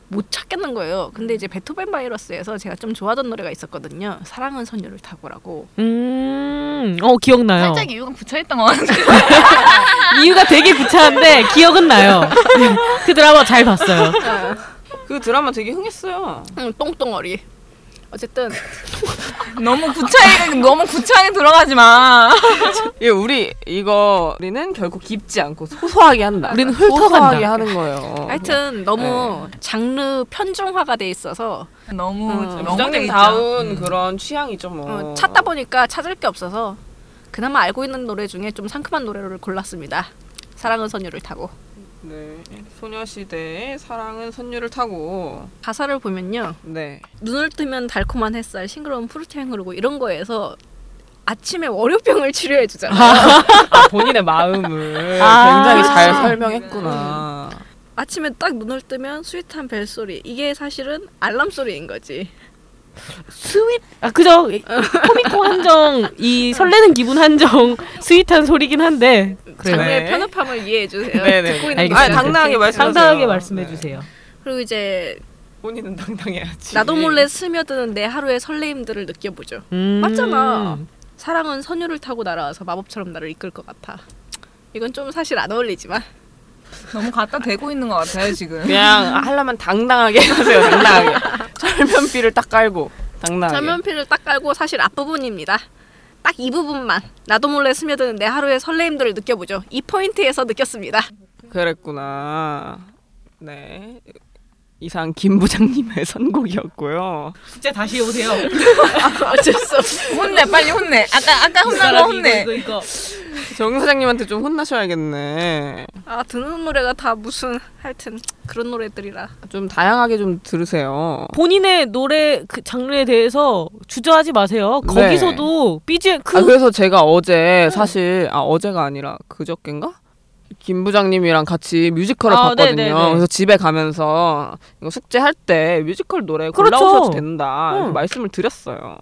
못 찾겠는 거예요. 근데 이제 베토벤 바이러스에서 제가 좀 좋아하던 노래가 있었거든요. 사랑은 선율을 타고라고. 음어 기억나요 살짝 이유가 붙여있던 것 같은데. 이유가 되게 구차한데 기억은 나요 그 드라마 잘 봤어요 그 드라마 되게 흥했어요. 응, 음, 똥똥어리. 어쨌든 너무 구차하게 너무 구차하게 들어가지 마. 예, 우리 이거 우리는 결국 깊지 않고 소소하게 한다. 우리는 훑어간다. 소소하게 하는 거예요. 하여튼 너무 장르 편중화가 돼 있어서 너무 음. 너무 돼 부장님 있죠. 다운 음. 그런 취향이죠 뭐. 어, 찾다 보니까 찾을 게 없어서 그나마 알고 있는 노래 중에 좀 상큼한 노래를 골랐습니다. 사랑은 선율을 타고. 네. 소녀시대의 사랑은 선율을 타고. 가사를 보면요. 네. 눈을 뜨면 달콤한 햇살, 싱그러운 푸르트향 흐르고 이런 거에서 아침에 월요병을 치료해 주잖아. 본인의 마음을 아. 굉장히 잘 설명했구나. 음. 아침에 딱 눈을 뜨면 스윗한 벨소리. 이게 사실은 알람 소리인 거지. 스윗 아 그죠 코미코 한정 이 설레는 기분 한정 스윗한 소리긴 한데 그래요 네. 장르의 편협함을 이해해 주세요. 네네. 듣고 있는 알겠습니다. 아, 당당하게 말씀하세요. 당당하게 말씀해 주세요 그리고 이제 본인은 당당해야지. 나도 몰래 스며드는 내 하루의 설레임들을 느껴보죠. 음. 맞잖아. 사랑은 선율을 타고 날아와서 마법처럼 나를 이끌 것 같아. 이건 좀 사실 안 어울리지만 너무 갖다 대고 있는 것 같아요 지금. 그냥 하려면 당당하게 하세요. 당당하게. 철면피를 딱 깔고 당당하게. 전면피를 딱 깔고 사실 앞부분입니다. 딱 이 부분만 나도 몰래 스며드는 내 하루의 설레임들을 느껴보죠. 이 포인트에서 느꼈습니다. 그랬구나. 네. 이상 김 부장님의 선곡이었고요. 숙제 다시 오세요 어쩔 수 없어. 혼내 빨리 혼내. 아까 아까 혼난 거 혼내. 이거 이거 정 사장님한테 좀 혼나셔야겠네. 아 듣는 노래가 다 무슨 하여튼 그런 노래들이라. 좀 다양하게 좀 들으세요. 본인의 노래 그 장르에 대해서 주저하지 마세요. 네. 거기서도 BGM 그 음. 아, 그래서 제가 어제 사실 아 어제가 아니라 그저께인가 김 부장님이랑 같이 뮤지컬을 아, 봤거든요. 네네네. 그래서 집에 가면서 이거 숙제할 때 뮤지컬 노래 그렇죠. 음. 골라오셔도 된다 이렇게 응. 말씀을 드렸어요.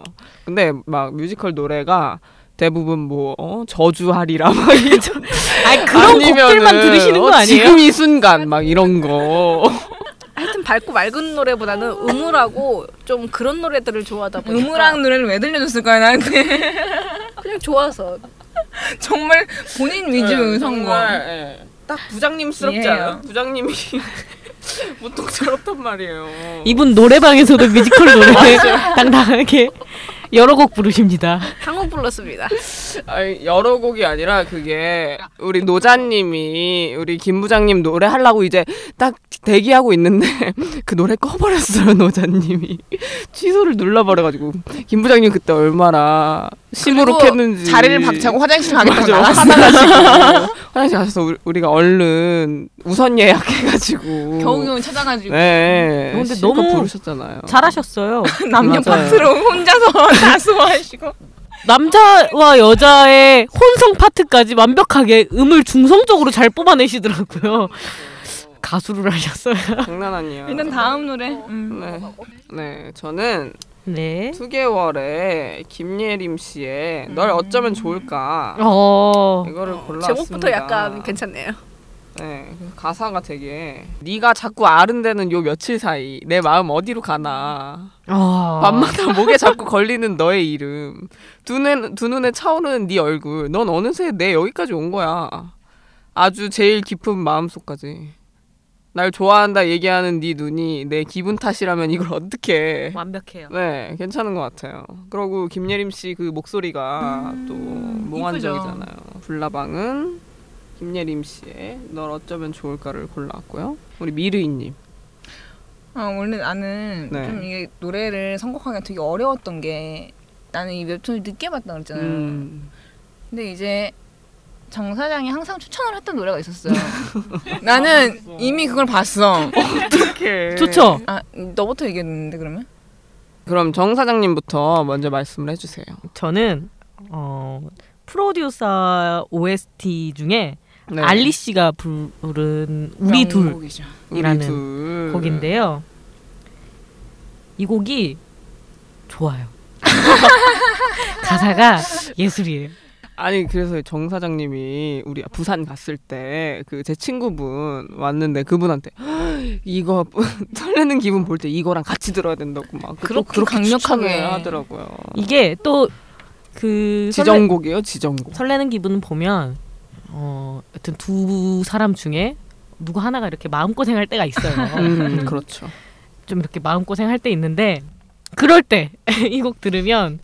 근데 막 뮤지컬 노래가 대부분 뭐 어, 저주하리라 막 이런 아니, 그런 곡들만 아니면은, 들으시는 거 어, 아니에요? 지금 이 순간 막 이런 거. 하여튼 밝고 맑은 노래보다는 음울하고 좀 그런 노래들을 좋아하다 보니까 음울한 노래를 왜 들려줬을까요 나한테? 그냥 좋아서 정말 본인 위주 선곡. 네, 정말, 예. 딱 부장님스럽지 이해해요. 않아요? 부장님이 보통 저렇단 말이에요. 이분 노래방에서도 뮤지컬 노래 당당하게 여러 곡 부르십니다. 한국 불렀습니다. 아니, 여러 곡이 아니라 그게 우리 노자님이 우리 김 부장님 노래 하려고 이제 딱 대기하고 있는데 그 노래 꺼버렸어요 노자님이 취소를 눌러버려가지고 김 부장님 그때 얼마나 시무룩했는지 자리를 박차고 화장실 가겠다고 음. 맞아. 나갔어. 화장실 가셔서 우리- 우리가 얼른 우선 예약해가지고 겨우겨우 찾아가지고 네 근데 실컷 너무 부르셨잖아요 잘하셨어요. 남녀 맞아요. 네. 파트로 혼자서 다 소화하시고. 남자와 여자의 혼성 파트까지 완벽하게 음을 중성적으로 잘 뽑아내시더라고요. 가수를 하셨어요. 장난 아니야 일단 다음 노래. 음. 네. 네 저는 네. 2개월에 김예림 씨의 널 어쩌면 좋을까 어. 이거를 골랐습니다. 제목부터 약간 괜찮네요. 네, 가사가 되게 네가 자꾸 아른대는 요 며칠 사이 내 마음 어디로 가나 아. 밤마다 목에 자꾸 걸리는 너의 이름 두, 눈, 두 눈에 차오르는 네 얼굴 넌 어느새 내 여기까지 온 거야 아주 제일 깊은 마음속까지 날 좋아한다 얘기하는 네 눈이 내 기분 탓이라면 이걸 어떻게 완벽해요. 네, 괜찮은 것 같아요. 그리고 김예림 씨 그 목소리가 또 음, 몽환적이잖아요. 불나방은 김예림 씨의 널 어쩌면 좋을까를 골라왔고요. 우리 미르이님. 아, 원래 나는 네. 좀 이게 노래를 선곡하기가 되게 어려웠던 게 나는 이 웹툰을 늦게 봤다 네. 그랬잖아요. 음. 근데 이제 정 사장이 항상 추천을 했던 노래가 있었어요. 아, 나는 이미 그걸 봤어. 어떻게? 좋죠. 아, 너부터 얘기했는데 그러면? 그럼 정 사장님부터 먼저 말씀을 해주세요. 저는 어 프로듀서 OST 중에 네. 알리 씨가 부- 부른 우리 둘 명곡이죠. 우리 이라는 둘 곡인데요. 이 곡이 좋아요. 가사가 예술이에요. 아니 그래서 정 사장님이 우리 부산 갔을 때 그 제 친구분 왔는데 그분한테 이거 설레는 기분 볼 때 이거랑 같이 들어야 된다고 막 또 그렇게 강력하게. 추천을 하더라고요. 이게 또 그 지정곡이에요, 지정곡. 설레는 기분 보면 어 여튼 두 사람 중에 누구 하나가 이렇게 마음고생할 때가 있어요. 음, 그렇죠. 좀 이렇게 마음고생할 때 있는데 그럴 때 이 곡 들으면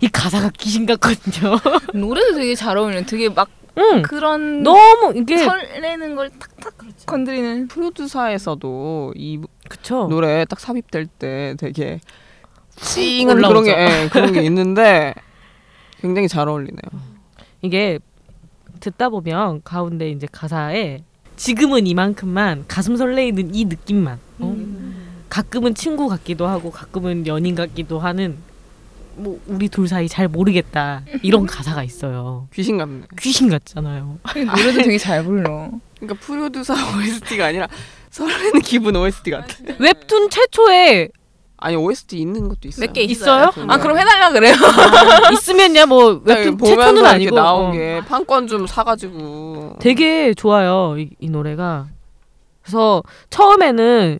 이 가사가 귀신 같거든요. 노래도 되게 잘 어울려. 되게 막 응. 음. 그런 너무 이게 설레는 걸 탁탁 그렇죠. 건드리는. 프로듀사에서도 이 그쵸. 노래 딱 삽입될 때 되게 찡한 그런 올라오죠. 게 예, 그런 게 있는데 굉장히 잘 어울리네요. 이게 듣다 보면 가운데 이제 가사에 지금은 이만큼만 가슴 설레이는 이 느낌만 어? 음. 가끔은 친구 같기도 하고 가끔은 연인 같기도 하는 뭐 우리 둘 사이 잘 모르겠다 이런 가사가 있어요. 귀신 같네. 귀신 같잖아요. 노래도 되게 잘 불러. 그러니까 프로듀사 OST가 아니라 설레는 기분 OST 같아. 웹툰 최초에 아니 OST 있는 것도 있어요. 몇개 네. 있어요? 아 그럼 해달라 그래요? 있으면야 뭐 웹툰 네, 최초는 보면서 아, 이렇게 아니고 나온 어. 게 판권 좀 사가지고 되게 좋아요 이, 이 노래가. 그래서 처음에는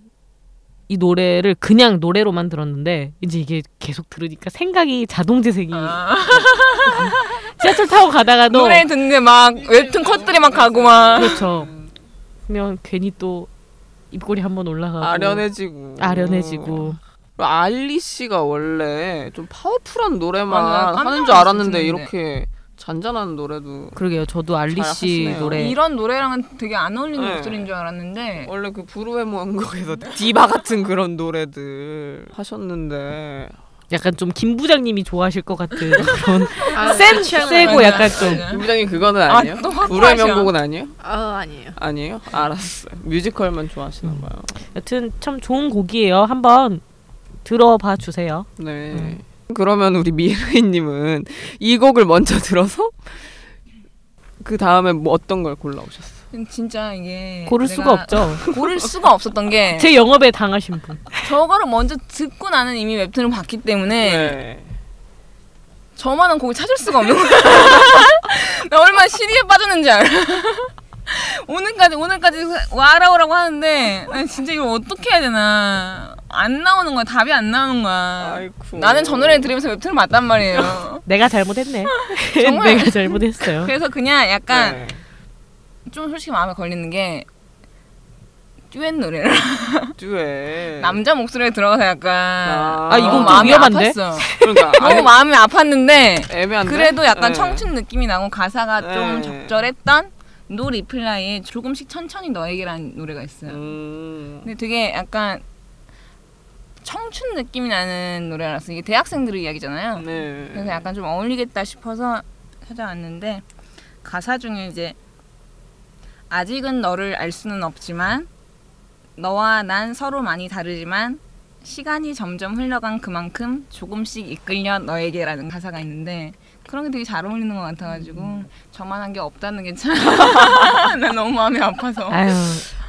이 노래를 그냥 노래로만 들었는데 이제 이게 계속 들으니까 생각이 자동 재생이 지하철 타고 가다가도 노래 듣는 게 막 네. 웹툰 컷들이 막 가고 막. 그렇죠. 그러면 괜히 또 입꼬리 한번 올라가고 아련해지고 아련해지고 알리 씨가 원래 좀 파워풀한 노래만 맞아, 깜짝 하는 줄 놀랐어요, 알았는데 듣는데. 이렇게 잔잔한 노래도 그러게요. 저도 알리 잘 씨 하시네요. 노래 이런 노래랑은 되게 안 어울리는 네. 목소리인 줄 알았는데 원래 그 부르의 모양곡에서 디바 같은 그런 노래들 하셨는데 약간 좀 김 부장님이 좋아하실 것 같은 그런 센 세고 약간 좀 맞아요. 김 부장님 그거는 아, 아니에요? 또 확고하셔. 부르의 명곡은 아니에요? 아 아니에요. 아니에요? 알았어요. 뮤지컬만 좋아하시나 봐요. 여튼 참 좋은 곡이에요. 한번 들어봐 주세요. 네. 음. 그러면 우리 미르이님은 이 곡을 먼저 들어서 그 다음에 뭐 어떤 걸 골라오셨어요? 진짜 이게 예, 고를 내가 수가 없죠. 고를 수가 없었던 게 제 영업에 당하신 분. 저거를 먼저 듣고 나는 이미 웹툰을 봤기 때문에 네. 저만한 곡을 찾을 수가 없는 거야. 나 얼마나 시리에 빠졌는지 알아. 오늘까지 오늘까지 와라 오라고 하는데 아 진짜 이걸 어떻게 해야 되나 안 나오는 거야 답이 안 나오는 거야 아이쿠. 나는 저 노래 들으면서 웹툰을 봤단 말이에요 내가 잘못했네. 정말. 내가 잘못했어요. 그래서 그냥 약간 네. 좀 솔직히 마음에 걸리는 게 듀엣 노래를 네. 듀엣. 남자 목소리에 들어가서 약간 아. 아, 이건 너무 좀 마음이 위험한데? 아팠어. 그러니까 너무 아니, 마음이 아팠는데 애매한데. 그래도 약간 네. 청춘 느낌이 나고 가사가 네. 좀 적절했던 노 리플라이의 조금씩 천천히 너에게라는 노래가 있어요. 음. 근데 되게 약간 청춘 느낌이 나는 노래라서 이게 대학생들의 이야기잖아요. 네. 그래서 약간 좀 어울리겠다 싶어서 찾아왔는데 가사 중에 이제 아직은 너를 알 수는 없지만 너와 난 서로 많이 다르지만 시간이 점점 흘러간 그만큼 조금씩 이끌려 너에게라는 가사가 있는데 그런 게 되게 잘 어울리는 것 같아가지고 음. 저만한 게 없다는 게 참 나 너무 마음이 아파서 아유,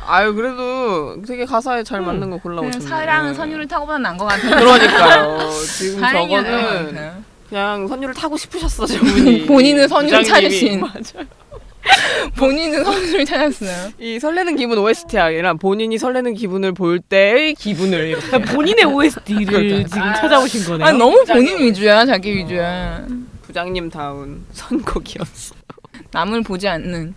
아유 그래도 되게 가사에 잘 맞는 거 음. 그냥 골라오셨네요. 사랑은 선율을 타고보다 난 것 같아요. 그러니까요. 지금 다행이네요. 음, 저거는 그냥 선율을 타고 싶으셨어 저분이. 본인은 선율을 부장님이. 찾으신. 본인은 선율을 찾았어요. 이 설레는 기분 OST 아니라 본인이 설레는 기분을 볼 때의 기분을 이렇게. 그러니까 본인의 OST를 지금 찾아오신 거네요. 아 어, 너무 본인 위주야 자기 위주야. 부장님 다운 선곡이었어. 남을 보지 않는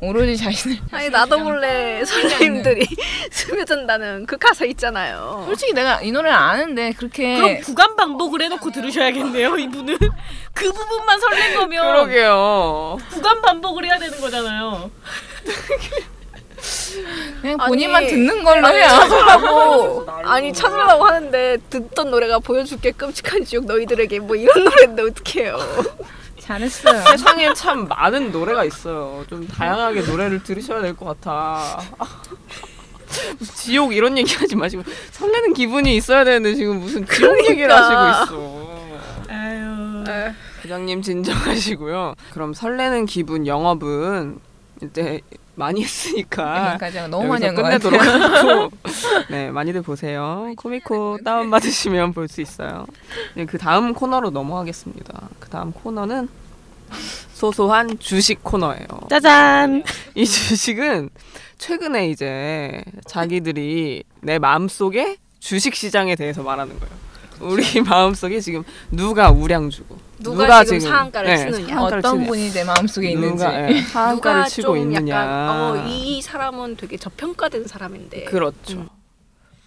오로지 자신을. 아니 나도 몰래 선생님들이 네, 스며든다는 그 가사 있잖아요. 그렇죠. 솔직히 내가 이 노래를 아는데 그렇게 그럼 구간 반복을 해놓고 들으셔야겠네요, 이분은. 그 부분만 설렌 거면 그러게요. 구간 반복을 해야 되는 거잖아요. 그냥 아니, 본인만 듣는 걸로 해요. 찾으려고 아, 뭐, 아니 찾으려고 하는데 듣던 노래가 보여줄게 끔찍한 지옥 너희들에게 뭐 이런 노래인데 어떡해요 잘했어요. 세상에 참 많은 노래가 있어요. 좀 다양하게 노래를 들으셔야 될 것 같아. 지옥 이런 얘기 하지 마시고 설레는 기분이 있어야 되는데 지금 무슨 지옥 얘기를 그러니까. 하시고 있어. 아유. 에, 부장님 진정하시고요. 그럼 설레는 기분 영업은 이제 많이 했으니까 그러니까 제가 너무 많이 아, 여기서 한것 같아요. 끝내도록 하고 네 많이들 보세요. 코미코 다운 받으시면 볼 수 있어요. 네, 그 다음 코너로 넘어가겠습니다. 그 다음 코너는 소소한 주식 코너예요. 짜잔. 이 주식은 최근에 이제 자기들이 내 마음속에 주식 시장에 대해서 말하는 거예요. 우리 마음속에 지금 누가 우량주고 네, 누가 지금 상한가를 치느냐. 상한가를 어떤 치느냐. 분이 내 마음속에 있는지 누가 예, 상한가를 누가 치고 좀 있느냐. 약간 어, 이 사람은 되게 저평가된 사람인데 그렇죠. 음.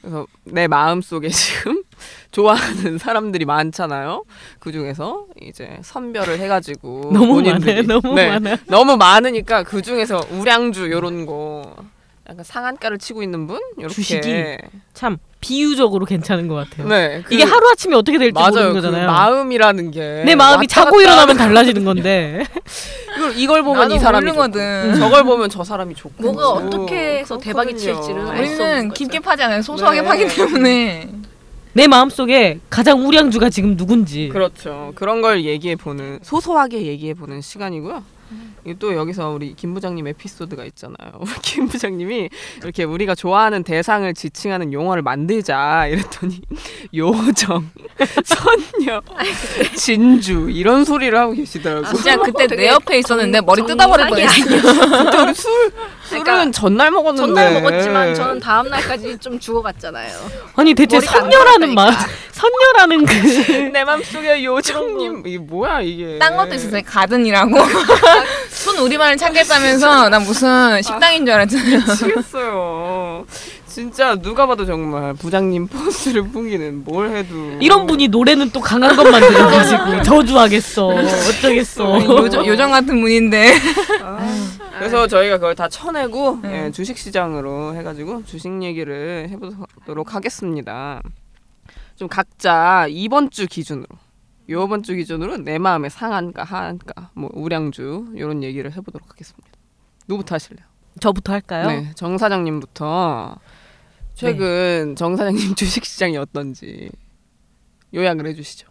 그래서 내 마음 속에 지금 좋아하는 사람들이 많잖아요. 그 중에서 이제 선별을 해가지고 너무 많아요. 본인들이- 너무 네, 많아요. 너무 많으니까 그 중에서 우량주 요런 거 약간 상한가를 치고 있는 분 이렇게 주식이 참 비유적으로 괜찮은 것 같아요. 네 그- 이게 하루 아침에 어떻게 될지 맞아요. 모르는 거잖아요. 그 마음이라는 게 내 마음이 왔다 자고 갔다 일어나면 달라지는 건데. 이걸, 이걸 보면 나도 이 음. 사람이 모르거든. 좋고 저걸 보면 저 사람이 좋고 뭐가 그렇죠. 어떻게 해서 대박이 그렇거든요. 칠지는 알수 없는 우리는 거죠. 깊게 파지 않아요. 소소하게 네. 파기 때문에 내 마음속에 가장 우량주가 지금 누군지. 그렇죠. 그런 걸 얘기해 보는 소소하게 얘기해 보는 시간이고요. 이게 또 여기서 우리 김 부장님 에피소드가 있잖아요. 우리 김 부장님이 이렇게 우리가 좋아하는 대상을 지칭하는 용어를 만들자 이랬더니 요정, 선녀, 진주 이런 소리를 하고 계시더라고. 요 진짜 그때 내 되게 옆에 있었는데 머리 정- 뜯어버릴 정상이 뻔했어. 그때 우리 술 술은 그러니까 전날 먹었는데 전날 먹었지만 저는 다음 날까지 좀 죽어갔잖아요. 아니 대체 머리가 안 선녀라는 말, 돌아가니까. 선녀라는 그 내 마음속에 요정님 예. 이게 뭐야 이게 딴 것도 있었어요. 가든이라고. 순 우리말을 찾겠다면서 난 무슨 식당인 줄 알았잖아요. 미치겠어요. 진짜 누가 봐도 정말 부장님 포스를 풍기는 뭘 해도 이런 분이 노래는 또 강한 것만 들어가지고 저주하겠어. 네. 어쩌겠어. 요정, 요정 같은 분인데. 아, 그래서 네. 저희가 그걸 다 쳐내고 네. 예, 주식시장으로 해가지고 주식 얘기를 해보도록 하겠습니다. 좀 각자 이번 주 기준으로 요번 주 기준으로 내 마음의 상한가 하한가 뭐 우량주 이런 얘기를 해보도록 하겠습니다. 누구부터 하실래요? 저부터 할까요? 네, 정 사장님부터 최근 정 사장님 주식시장이 어떤지 요약을 해주시죠.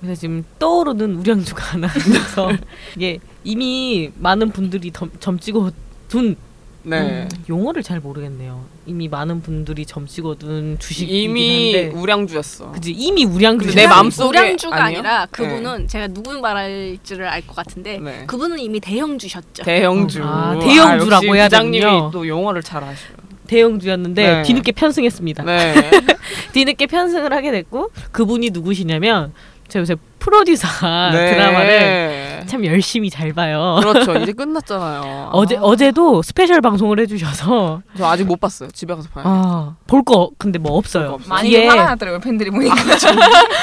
근데 지금 떠오르는 우량주가 하나 있어서 이게 이미 많은 분들이 점, 점찍어 둔 네. 음, 용어를 잘 모르겠네요. 이미 많은 분들이 점찍어 둔 주식이긴 이미 한데 우량주였어. 그지 이미 우량주 그지, 내 마음 속에 우량주가 아니요? 아니라 그분은 제가 누구 말할지를 알 것 같은데 네. 그분은 이미 대형 주셨죠. 대형주. 아, 대형주라고 역시 해야 부장님이 되군요. 또 용어를 잘 하셔. 대형주였는데 네. 뒤늦게 편승했습니다. 네. 뒤늦게 편승을 하게 됐고 그분이 누구시냐면 제가 요새 프로듀사 네. 아, 드라마를 참 열심히 잘 봐요. 그렇죠. 이제 끝났잖아요. 어제 어제도 스페셜 방송을 해주셔서 저 아직 못 봤어요. 집에 가서 봐요. 아, 볼 거 근데 뭐 볼거 없어요. 없어요. 많이 뒤에 화가 났더라고요. 팬들이 보니까.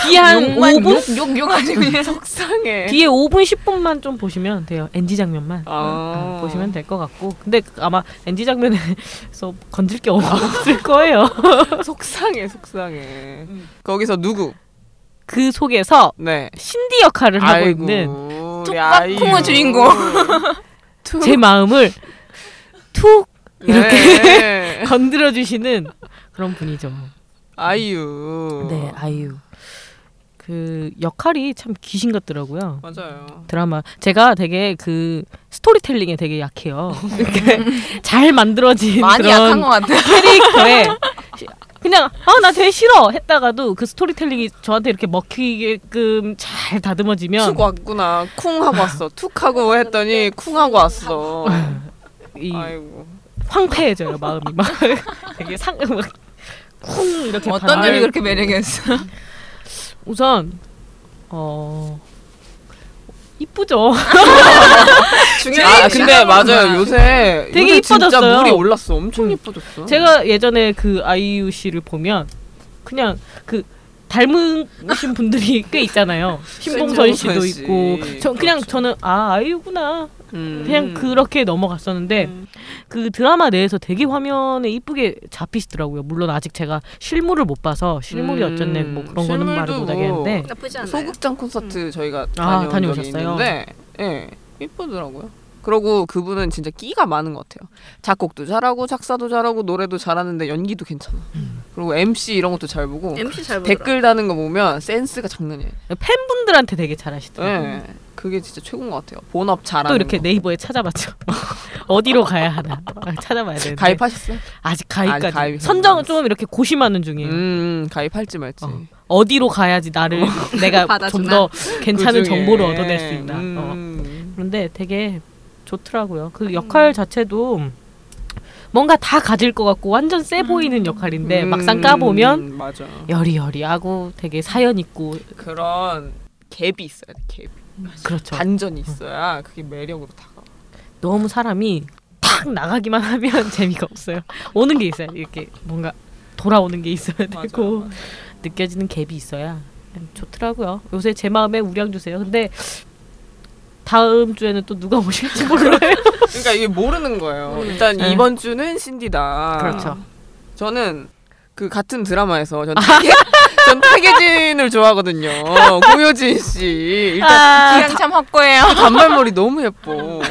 뒤에 한 욕만 5분 네. 욕, 욕, 욕 음. 아주 그냥 속상해. 뒤에 5분 10분만 좀 보시면 돼요. NG 장면만 아. 아, 보시면 될 것 같고. 근데 아마 NG 장면에서 건질 게 없을 거예요. 음. 속상해, 속상해. 거기서 누구? 그 속에서 네. 신디 역할을 하고 있는 쪽박콩의 주인공. 툭. 제 마음을 툭 네. 건드려 주시는 그런 분이죠. 아이유. 네, 아이유. 그 역할이 참 귀신 같더라고요. 맞아요. 드라마 제가 되게 그 스토리텔링에 되게 약해요. 이렇게 잘 만들어진 많이 그런 약한 것 같아요. 캐릭터에 시- 그냥 아나 되게 싫어 했다가도 그 스토리텔링이 저한테 이렇게 먹히게끔 잘 다듬어지면 툭 왔구나. 쿵 하고 왔어. 툭 하고 했더니 쿵 하고 왔어. 이 아이고. 황폐해져요 마음이 막 되게 상막쿵 이렇게 어떤 반응을- 점이 그렇게 매력이었어? 우선 어 이쁘죠 아 중요한 근데 맞아요 요새 되게 요새 진짜 이뻐졌어요. 물이 올랐어 엄청 이뻐졌어 제가 예전에 그 아이유 씨를 보면 그냥 그 닮으신 분들이 꽤 있잖아요 신봉선 씨도 신봉선 씨. 있고 저 그냥 그렇죠. 저는 아 아이유구나 음. 그냥 그렇게 넘어갔었는데 음. 그 드라마 내에서 되게 화면에 이쁘게 잡히시더라고요. 물론 아직 제가 실물을 못 봐서 실물이 음, 어쨌네 뭐 그런 거는 말을 실물도 못 하겠는데 나쁘지 않아요. 음. 소극장 콘서트 저희가 아, 다녀온 적이 다녀오셨어요? 있는데 예 이쁘더라고요 그러고 그분은 음. 진짜 끼가 많은 것 같아요 작곡도 잘하고 작사도 잘하고 노래도 잘하는데 연기도 괜찮아 그리고 MC 이런 것도 잘 보고 MC 잘 보더라. 댓글 다는 거 보면 센스가 장난이 아니에요. 팬분들한테 되게 잘하시더라고요. 예. 음. 그게 진짜 최고인 것 같아요. 본업 잘하는 또 이렇게 거. 네이버에 찾아봐죠. 어디로 가야 하나 아, 찾아봐야 되는데 가입하셨어요? 아직 가입까지 아직 가입이 안 선정은 됐어. 좀 이렇게 고심하는 중이에요. 음, 가입할지 말지. 네. 어. 어디로 가야지 나를 내가 좀 받아주나? 더 괜찮은 그 중에, 정보를 얻어낼 수 있나. 어. 음. 그런데 되게 좋더라고요. 그 음. 역할 자체도 뭔가 다 가질 것 같고 완전 세 보이는 음, 역할인데 네, 막상 까보면 맞아. 여리여리하고 되게 사연 있고 그런 갭이 있어야 돼. 갭. 그렇죠. 반전이 있어야 그게 매력으로 다가. 너무 사람이 탁 나가기만 하면 재미가 없어요. 오는 게 있어요. 이렇게 뭔가 돌아오는 게 있어야 되고 느껴지는 갭이 있어야 좋더라고요. 요새 제 마음에 우량 주세요. 근데 다음 주에는 또 누가 오실지 몰라요. 그러니까 이게 모르는 거예요. 음. 일단 네. 이번 주는 신디다. 그렇죠. 저는 그 같은 드라마에서 전 타겟, 전 타겟진을 좋아하거든요. 고효진 씨. 일단 아, 기량 참 확고해요. 단발머리 너무 예뻐.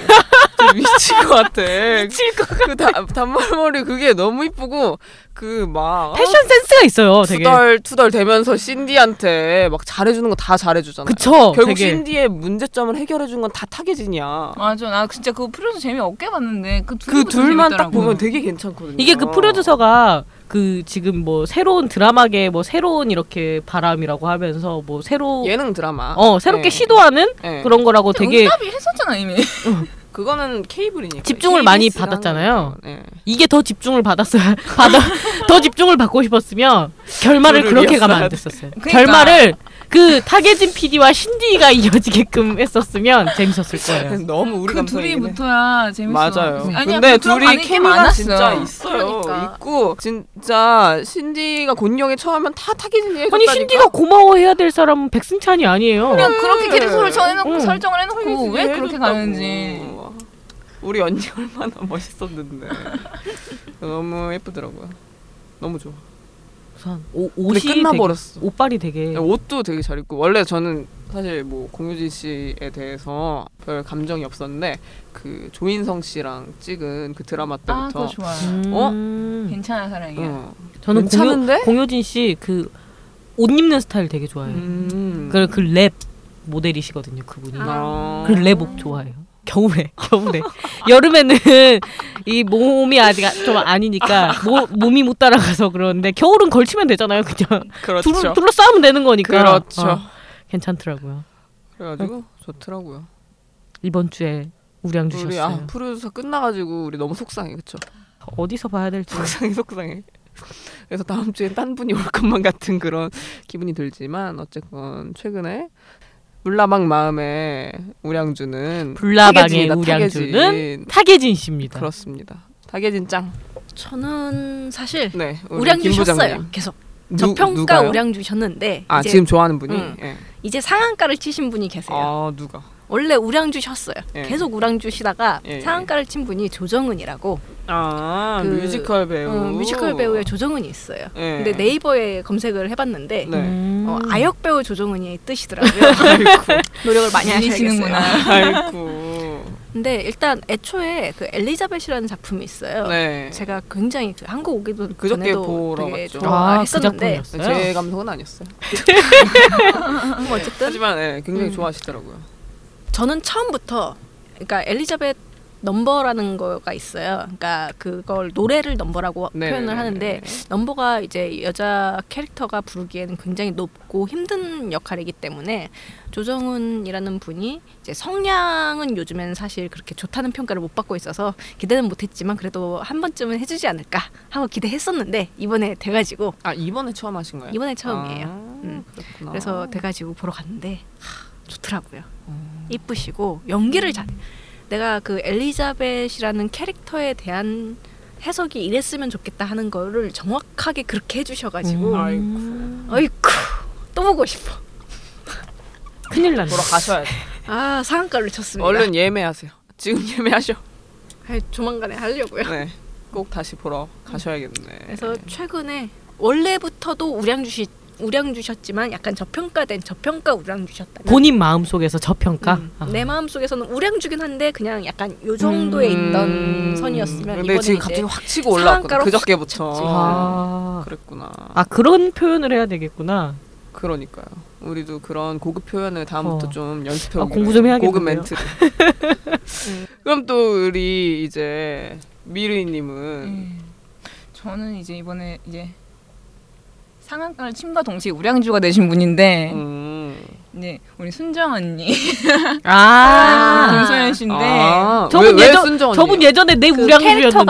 저 미칠 것 같아. 미칠 것 같아. 그 다, 단발머리 그게 너무 이쁘고 그막 패션 센스가 있어요. 되게. 투덜 투덜 되면서 신디한테 막 잘해주는 거 다 잘해주잖아. 그쵸. 결국 되게. 신디의 문제점을 해결해준 건 다 타겟진이야. 맞아, 나 진짜 그거 프로에서 재미 없게 봤는데 그, 그 둘부터 둘만 딱 재밌더라고. 보면 되게 괜찮거든요. 이게 그 프로듀서가 그 지금 뭐 새로운 드라마계 뭐 새로운 이렇게 바람이라고 하면서 뭐 새로 예능 드라마. 어 네. 새롭게 시도하는 네. 그런 거라고 되게 응답이 했었잖아 이미. 그거는 케이블이니까 집중을 많이 KBS 랑 받았잖아요. 네. 이게 더 집중을 받았어야 받아 더 집중을 받고 싶었으면 결말을 줄을 그렇게 가면 이었어야 안 됐었어요. 그러니까. 결말을 그 타겟진 PD와 신디가 이어지게끔 했었으면 재밌었을 거예요. 너무 우리 그 감성이긴 해. 둘이부터야 재밌어. 맞아요. 아니야, 근데 그 드라마 둘이 안에 이렇게 케미가 많았어. 진짜 있어요. 그러니까. 있고 진짜 신디가 곤영에 처음엔 다 타겟이 해줬다니까. 아니 신디가 고마워해야 될 사람은 백승찬이 아니에요. 그냥 음. 그렇게 캐릭터를 정해놓고 응. 설정을 해놓고 타겟이 왜 그렇게 해줬다고. 가는지. 우리 언니 얼마나 멋있었는데 너무 예쁘더라고요. 너무 좋아. 우선 오, 근데 옷이 되게, 끝나버렸어. 옷빨이 되게 옷도 되게 잘 입고 원래 저는 사실 뭐 공유진 씨에 대해서 별 감정이 없었는데 그 조인성 씨랑 찍은 그 드라마 아, 때부터 그거 좋아요. 어? 음. 괜찮아 사랑이야. 어, 저는 괜찮은데? 공효, 공효진 씨 그 옷 입는 스타일 되게 좋아해요. 음. 네. 그그 랩 모델이시거든요, 그분이. 아. 그 랩옷 좋아해요. 겨울에, 겨울에. 여름에는 이 몸이 아직 아- 좀 아니니까 모, 몸이 못 따라가서 그러는데 겨울은 걸치면 되잖아요, 그냥. 그렇죠. 둘러, 둘러싸면 되는 거니까. 그렇죠. 어, 괜찮더라고요. 그래가지고 좋더라고요. 이번 주에 우량 우리 주셨어요. 네. 아 프로듀서 끝나가지고 우리 너무 속상해, 그쵸? 어디서 봐야 될지. 속상해, 속상해. 그래서 다음 주엔 딴 분이 올 것만 같은 그런 기분이 들지만 어쨌건 최근에 물라방 마음에 우량주는 불나방의 타겟진이다, 우량주는 타겟진. 타겟진 씨입니다. 그렇습니다. 타겟진 짱. 저는 사실 네. 우리 우량주 김 부장님. 셨어요. 계속 누- 저평가 누가요? 우량주 셨는데 아 이제 지금 좋아하는 분이. 응. 예. 이제 상한가를 치신 분이 계세요. 아 누가? 원래 우량주 셨어요. 예. 계속 우량주 시다가 예, 예. 상한가를 친 분이 조정은이라고 아 그- 뮤지컬 배우. 어, 뮤지컬 배우의 조정은이 있어요. 예. 근데 네이버에 검색을 해봤는데 네. 음. 어, 아역 배우 조정은이 뜻이더라고요. 노력을 많이 밀리시는구나. 하시는구나. 아이고. 근데 일단 애초에 그 엘리자벳이라는 작품이 있어요. 네. 제가 굉장히 그 한국 오기도 그저께 전에도 보러 되게 갔죠. 아, 그 좋아했었는데 네, 작품이었어요. 제 감성은 아니었어요. 뭐 어쨌든 하지만 예, 굉장히 음. 좋아하시더라고요. 저는 처음부터 그러니까 엘리자벳 넘버라는 거가 있어요. 그러니까 그걸 노래를 넘버라고 네, 네, 네, 표현을 하는데 네, 넘버가 이제 여자 캐릭터가 부르기에는 굉장히 높고 힘든 역할이기 때문에 조정훈이라는 분이 이제 성량은 요즘엔 사실 그렇게 좋다는 평가를 못 받고 있어서 기대는 못했지만 그래도 한 번쯤은 해주지 않을까 하고 기대했었는데 이번에 돼가지고 아 이번에 처음 하신 거예요? 이번에 처음이에요. 아, 음. 그렇구나. 그래서 돼가지고 보러 갔는데 하, 좋더라고요. 어. 이쁘시고 음. 연기를 잘해. 내가 그 엘리자벳이라는 캐릭터에 대한 해석이 이랬으면 좋겠다 하는 거를 정확하게 그렇게 해주셔가지고 음. 아이고. 어이쿠 또 보고 싶어. 큰일 났네. 보러 가셔야 돼. 아 상한가를 쳤습니다. 얼른 예매하세요. 지금 예매하셔. 아, 조만간에 하려고요. 네. 꼭 다시 보러 가셔야겠네. 그래서 최근에 원래부터도 우량주시 우량주셨지만 약간 저평가된 저평가 우량주셨다면 본인 마음 속에서 저평가. 음, 아. 네. 내 마음 속에는 우량주긴 한데 그냥 약간 요 정도에 있던 음. 선이었으면 근데 이번에 지금 이제 갑자기 확 치고 올라왔거든. 상한가로 그저께부터. 쳤지. 아. 아, 그랬구나. 아 그런 표현을 해야 되겠구나. 그러니까요. 우리도 그런 고급 표현을 다음부터 어. 좀 연습해 아, 오기로 공부 좀 해야겠네요. 고급 멘트. 그럼 또 우리 이제 미르이님은 음. 저는 이제 이번에 이제 상한가를 침과 동시에 우량주가 되신 분인데 음. 이제 우리 순정 언니 아, 김소연 씨인데 아, 저분 왜, 왜 예전- 순정 언니예요? 저분 예전에 내 그 캐릭터가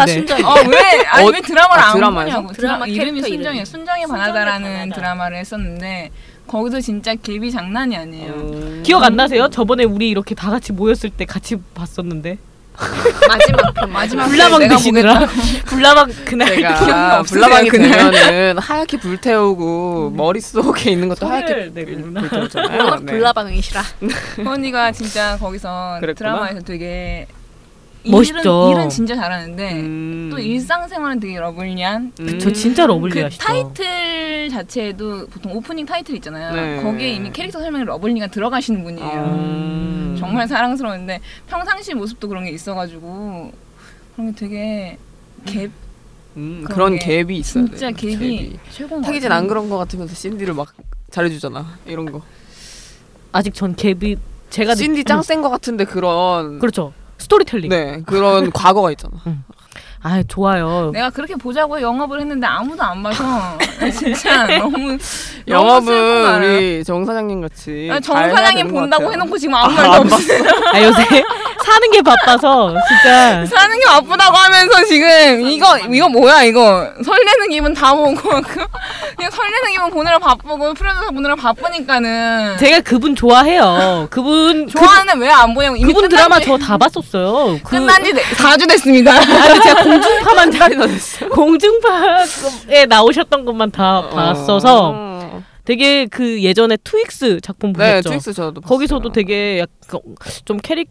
우량주였는데. 순정이 어 왜 아니 어, 왜 드라마를 아, 안 드라마에서? 보냐고 드라마 드라마 이름이 캐릭터 순정이에요. 이름이. 순정의 순정의 바나다라는 바나다. 드라마를 했었는데 거기서 진짜 갭이 장난이 아니에요. 음. 기억 안 나세요? 저번에 우리 이렇게 다 같이 모였을 때 같이 봤었는데 마지막 편 마지막 불나방 네, 내가 드시느라 불나방 그날 제가 없으세요, 불나방이 그날? 되면은 하얗게 불태우고 머릿속에 있는 것도 하얗게 소리를 음. 내구나. 불태우잖아요. 네. 어, 불나방이시라 언니가 진짜 거기서 그랬구나. 드라마에서 되게 멋있죠. 일은, 일은 진짜 잘하는데 음. 또 일상생활은 되게 러블리한 저 진짜 그 러블리하시죠. 타이틀 자체도 보통 오프닝 타이틀 있잖아요. 네. 거기에 이미 캐릭터 설명에 러블리가 들어가시는 분이에요. 음. 정말 사랑스러운데 평상시 모습도 그런 게 있어가지고 그런 게 되게 갭 음, 그런 그런 게 갭이 있어요. 진짜 갭이 최고인 것 타기진 같아요. 안 그런 거 같으면서 신디를 막 잘해주잖아. 이런 거. 아직 전 갭이 제가 느- 음, 신디 짱센 거 같은데 그런 그렇죠. 스토리텔링. 네 그런 과거가 있잖아. 아 좋아요. 내가 그렇게 보자고 영업을 했는데 아무도 안 봐서 진짜 너무 슬픈 거 영업은 알아요? 우리 정 사장님 같이 아, 정 잘 해야 사장님 되는 것 본다고 같아요. 해놓고 지금 아무 말도 없어 아 요새 사는 게 바빠서 진짜 사는 게 바쁘다고 하면서 지금 이거 이거 뭐야 이거 설레는 기분 다 보고 그냥 설레는 기분 보느라 바쁘고 프로듀서 보느라 바쁘니까는 제가 그분 좋아해요. 그분 좋아하는 왜 안 보냐고 그, 이미 그분 드라마 끝난 지, 저 다 봤었어요. 그 끝난 지 4주 됐습니다. 아니 제가 공중파만 다 공중파에 나오셨던 것만 다 봤어서 어. 되게 그 예전에 트윅스 작품 보셨죠? 네 트윅스 저도 거기서도 봤어요. 되게 약간 좀 캐릭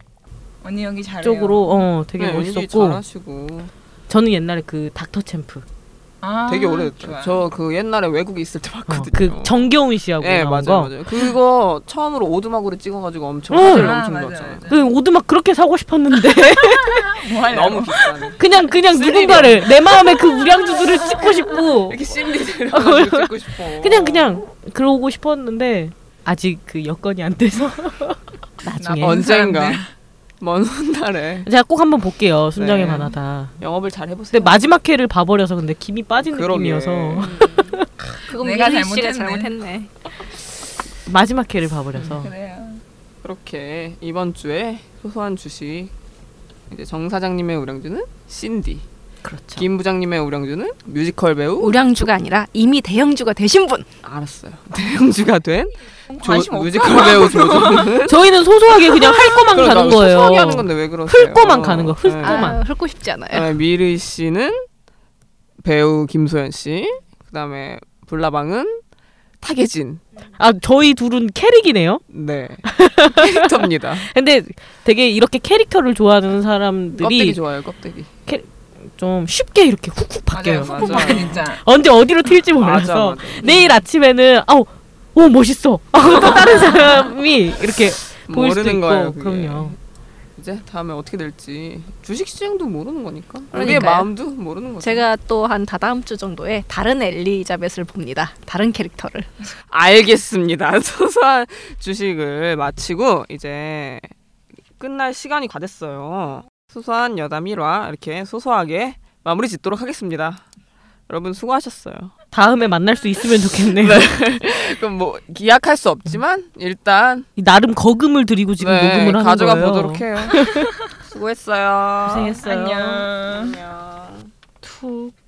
언니 여기 잘해요. 쪽으로 어 되게 네, 연기 멋있었고 잘하시고 저는 옛날에 그 닥터 챔프 아, 되게 좋아요. 오래됐죠. 저 그 옛날에 외국에 있을 때 어, 봤거든요. 그 정겨운 씨하고 예 나온 맞아요 거. 맞아요. 그거 처음으로 오두막으로 찍어가지고 엄청 응. 화제를 아, 엄청 맞아요, 넣었잖아요. 맞아요. 그 오두막 그렇게 사고 싶었는데 뭐 하려고. 너무 비싼. 그냥 그냥 누군가를 내 마음에 그 우량주들을 찍고 싶고 이렇게 심리를 듣고 싶어. 어, 그냥 그냥 그러고 싶었는데 아직 그 여건이 안 돼서 나중에 나- 언젠가 사람들. 먼 훗날에 제가 꼭 한번 볼게요 순정의 네. 바나다 영업을 잘 해보세요. 근데 마지막 회를 봐버려서 근데 김이 빠진 그러게. 느낌이어서 그건 내가 미르이 씨가 잘못했네. 잘못했네 마지막 회를 봐버려서 그래요. 그렇게 이번 주에 소소한 주식 이제 정 사장님의 우량주는 신디, 그렇죠 김 부장님의 우량주는 뮤지컬 배우. 우량주가 아니라 이미 대형주가 되신 분 알았어요. 대형주가 된 조, 관심 없어. 뮤지컬 배우 조조는 예? 저희는 소소하게 그냥 할 거만 가는 거예요 그러니까 소소하게 하는 건데 왜 그러세요? 훑고만 가는 거, 훑고만. 네. 아, 훑고 싶지 않아요 그다음에 미르이 씨는 배우 김소연 씨, 그다음에 불나방은 타계진. 아 저희 둘은 캐릭이네요 네 캐릭터입니다. 근데 되게 이렇게 캐릭터를 좋아하는 껍데기 사람들이 좋아요, 껍데기. 좀 쉽게 이렇게 훅훅 바뀌어요 맞아요. 후보 맞아요. 봐 진짜. 언제 어디로 튈지 몰라서 내일 아침에는 아우 오 멋있어 또 다른 사람이 이렇게 보일 수도 모르는 있고 뭐 거예요. 그게. 그럼요 이제 다음에 어떻게 될지 주식 시장도 모르는 거니까 우리의 그러니까요. 마음도 모르는 거죠. 제가 또 한 다다음 주 정도에 다른 엘리자벳을 봅니다 다른 캐릭터를 알겠습니다. 소소한 주식을 마치고 이제 끝날 시간이 다 됐어요. 소소한 여담 1화 이렇게 소소하게 마무리 짓도록 하겠습니다. 여러분 수고하셨어요. 다음에 만날 수 있으면 좋겠네요 그럼 뭐 기약할 수 없지만 일단 이 나름 거금을 들이고 지금 네, 녹음을 하는 가져가 거예요 보도록 해요. 수고했어요. 고생했어요 안녕. 안녕. 툭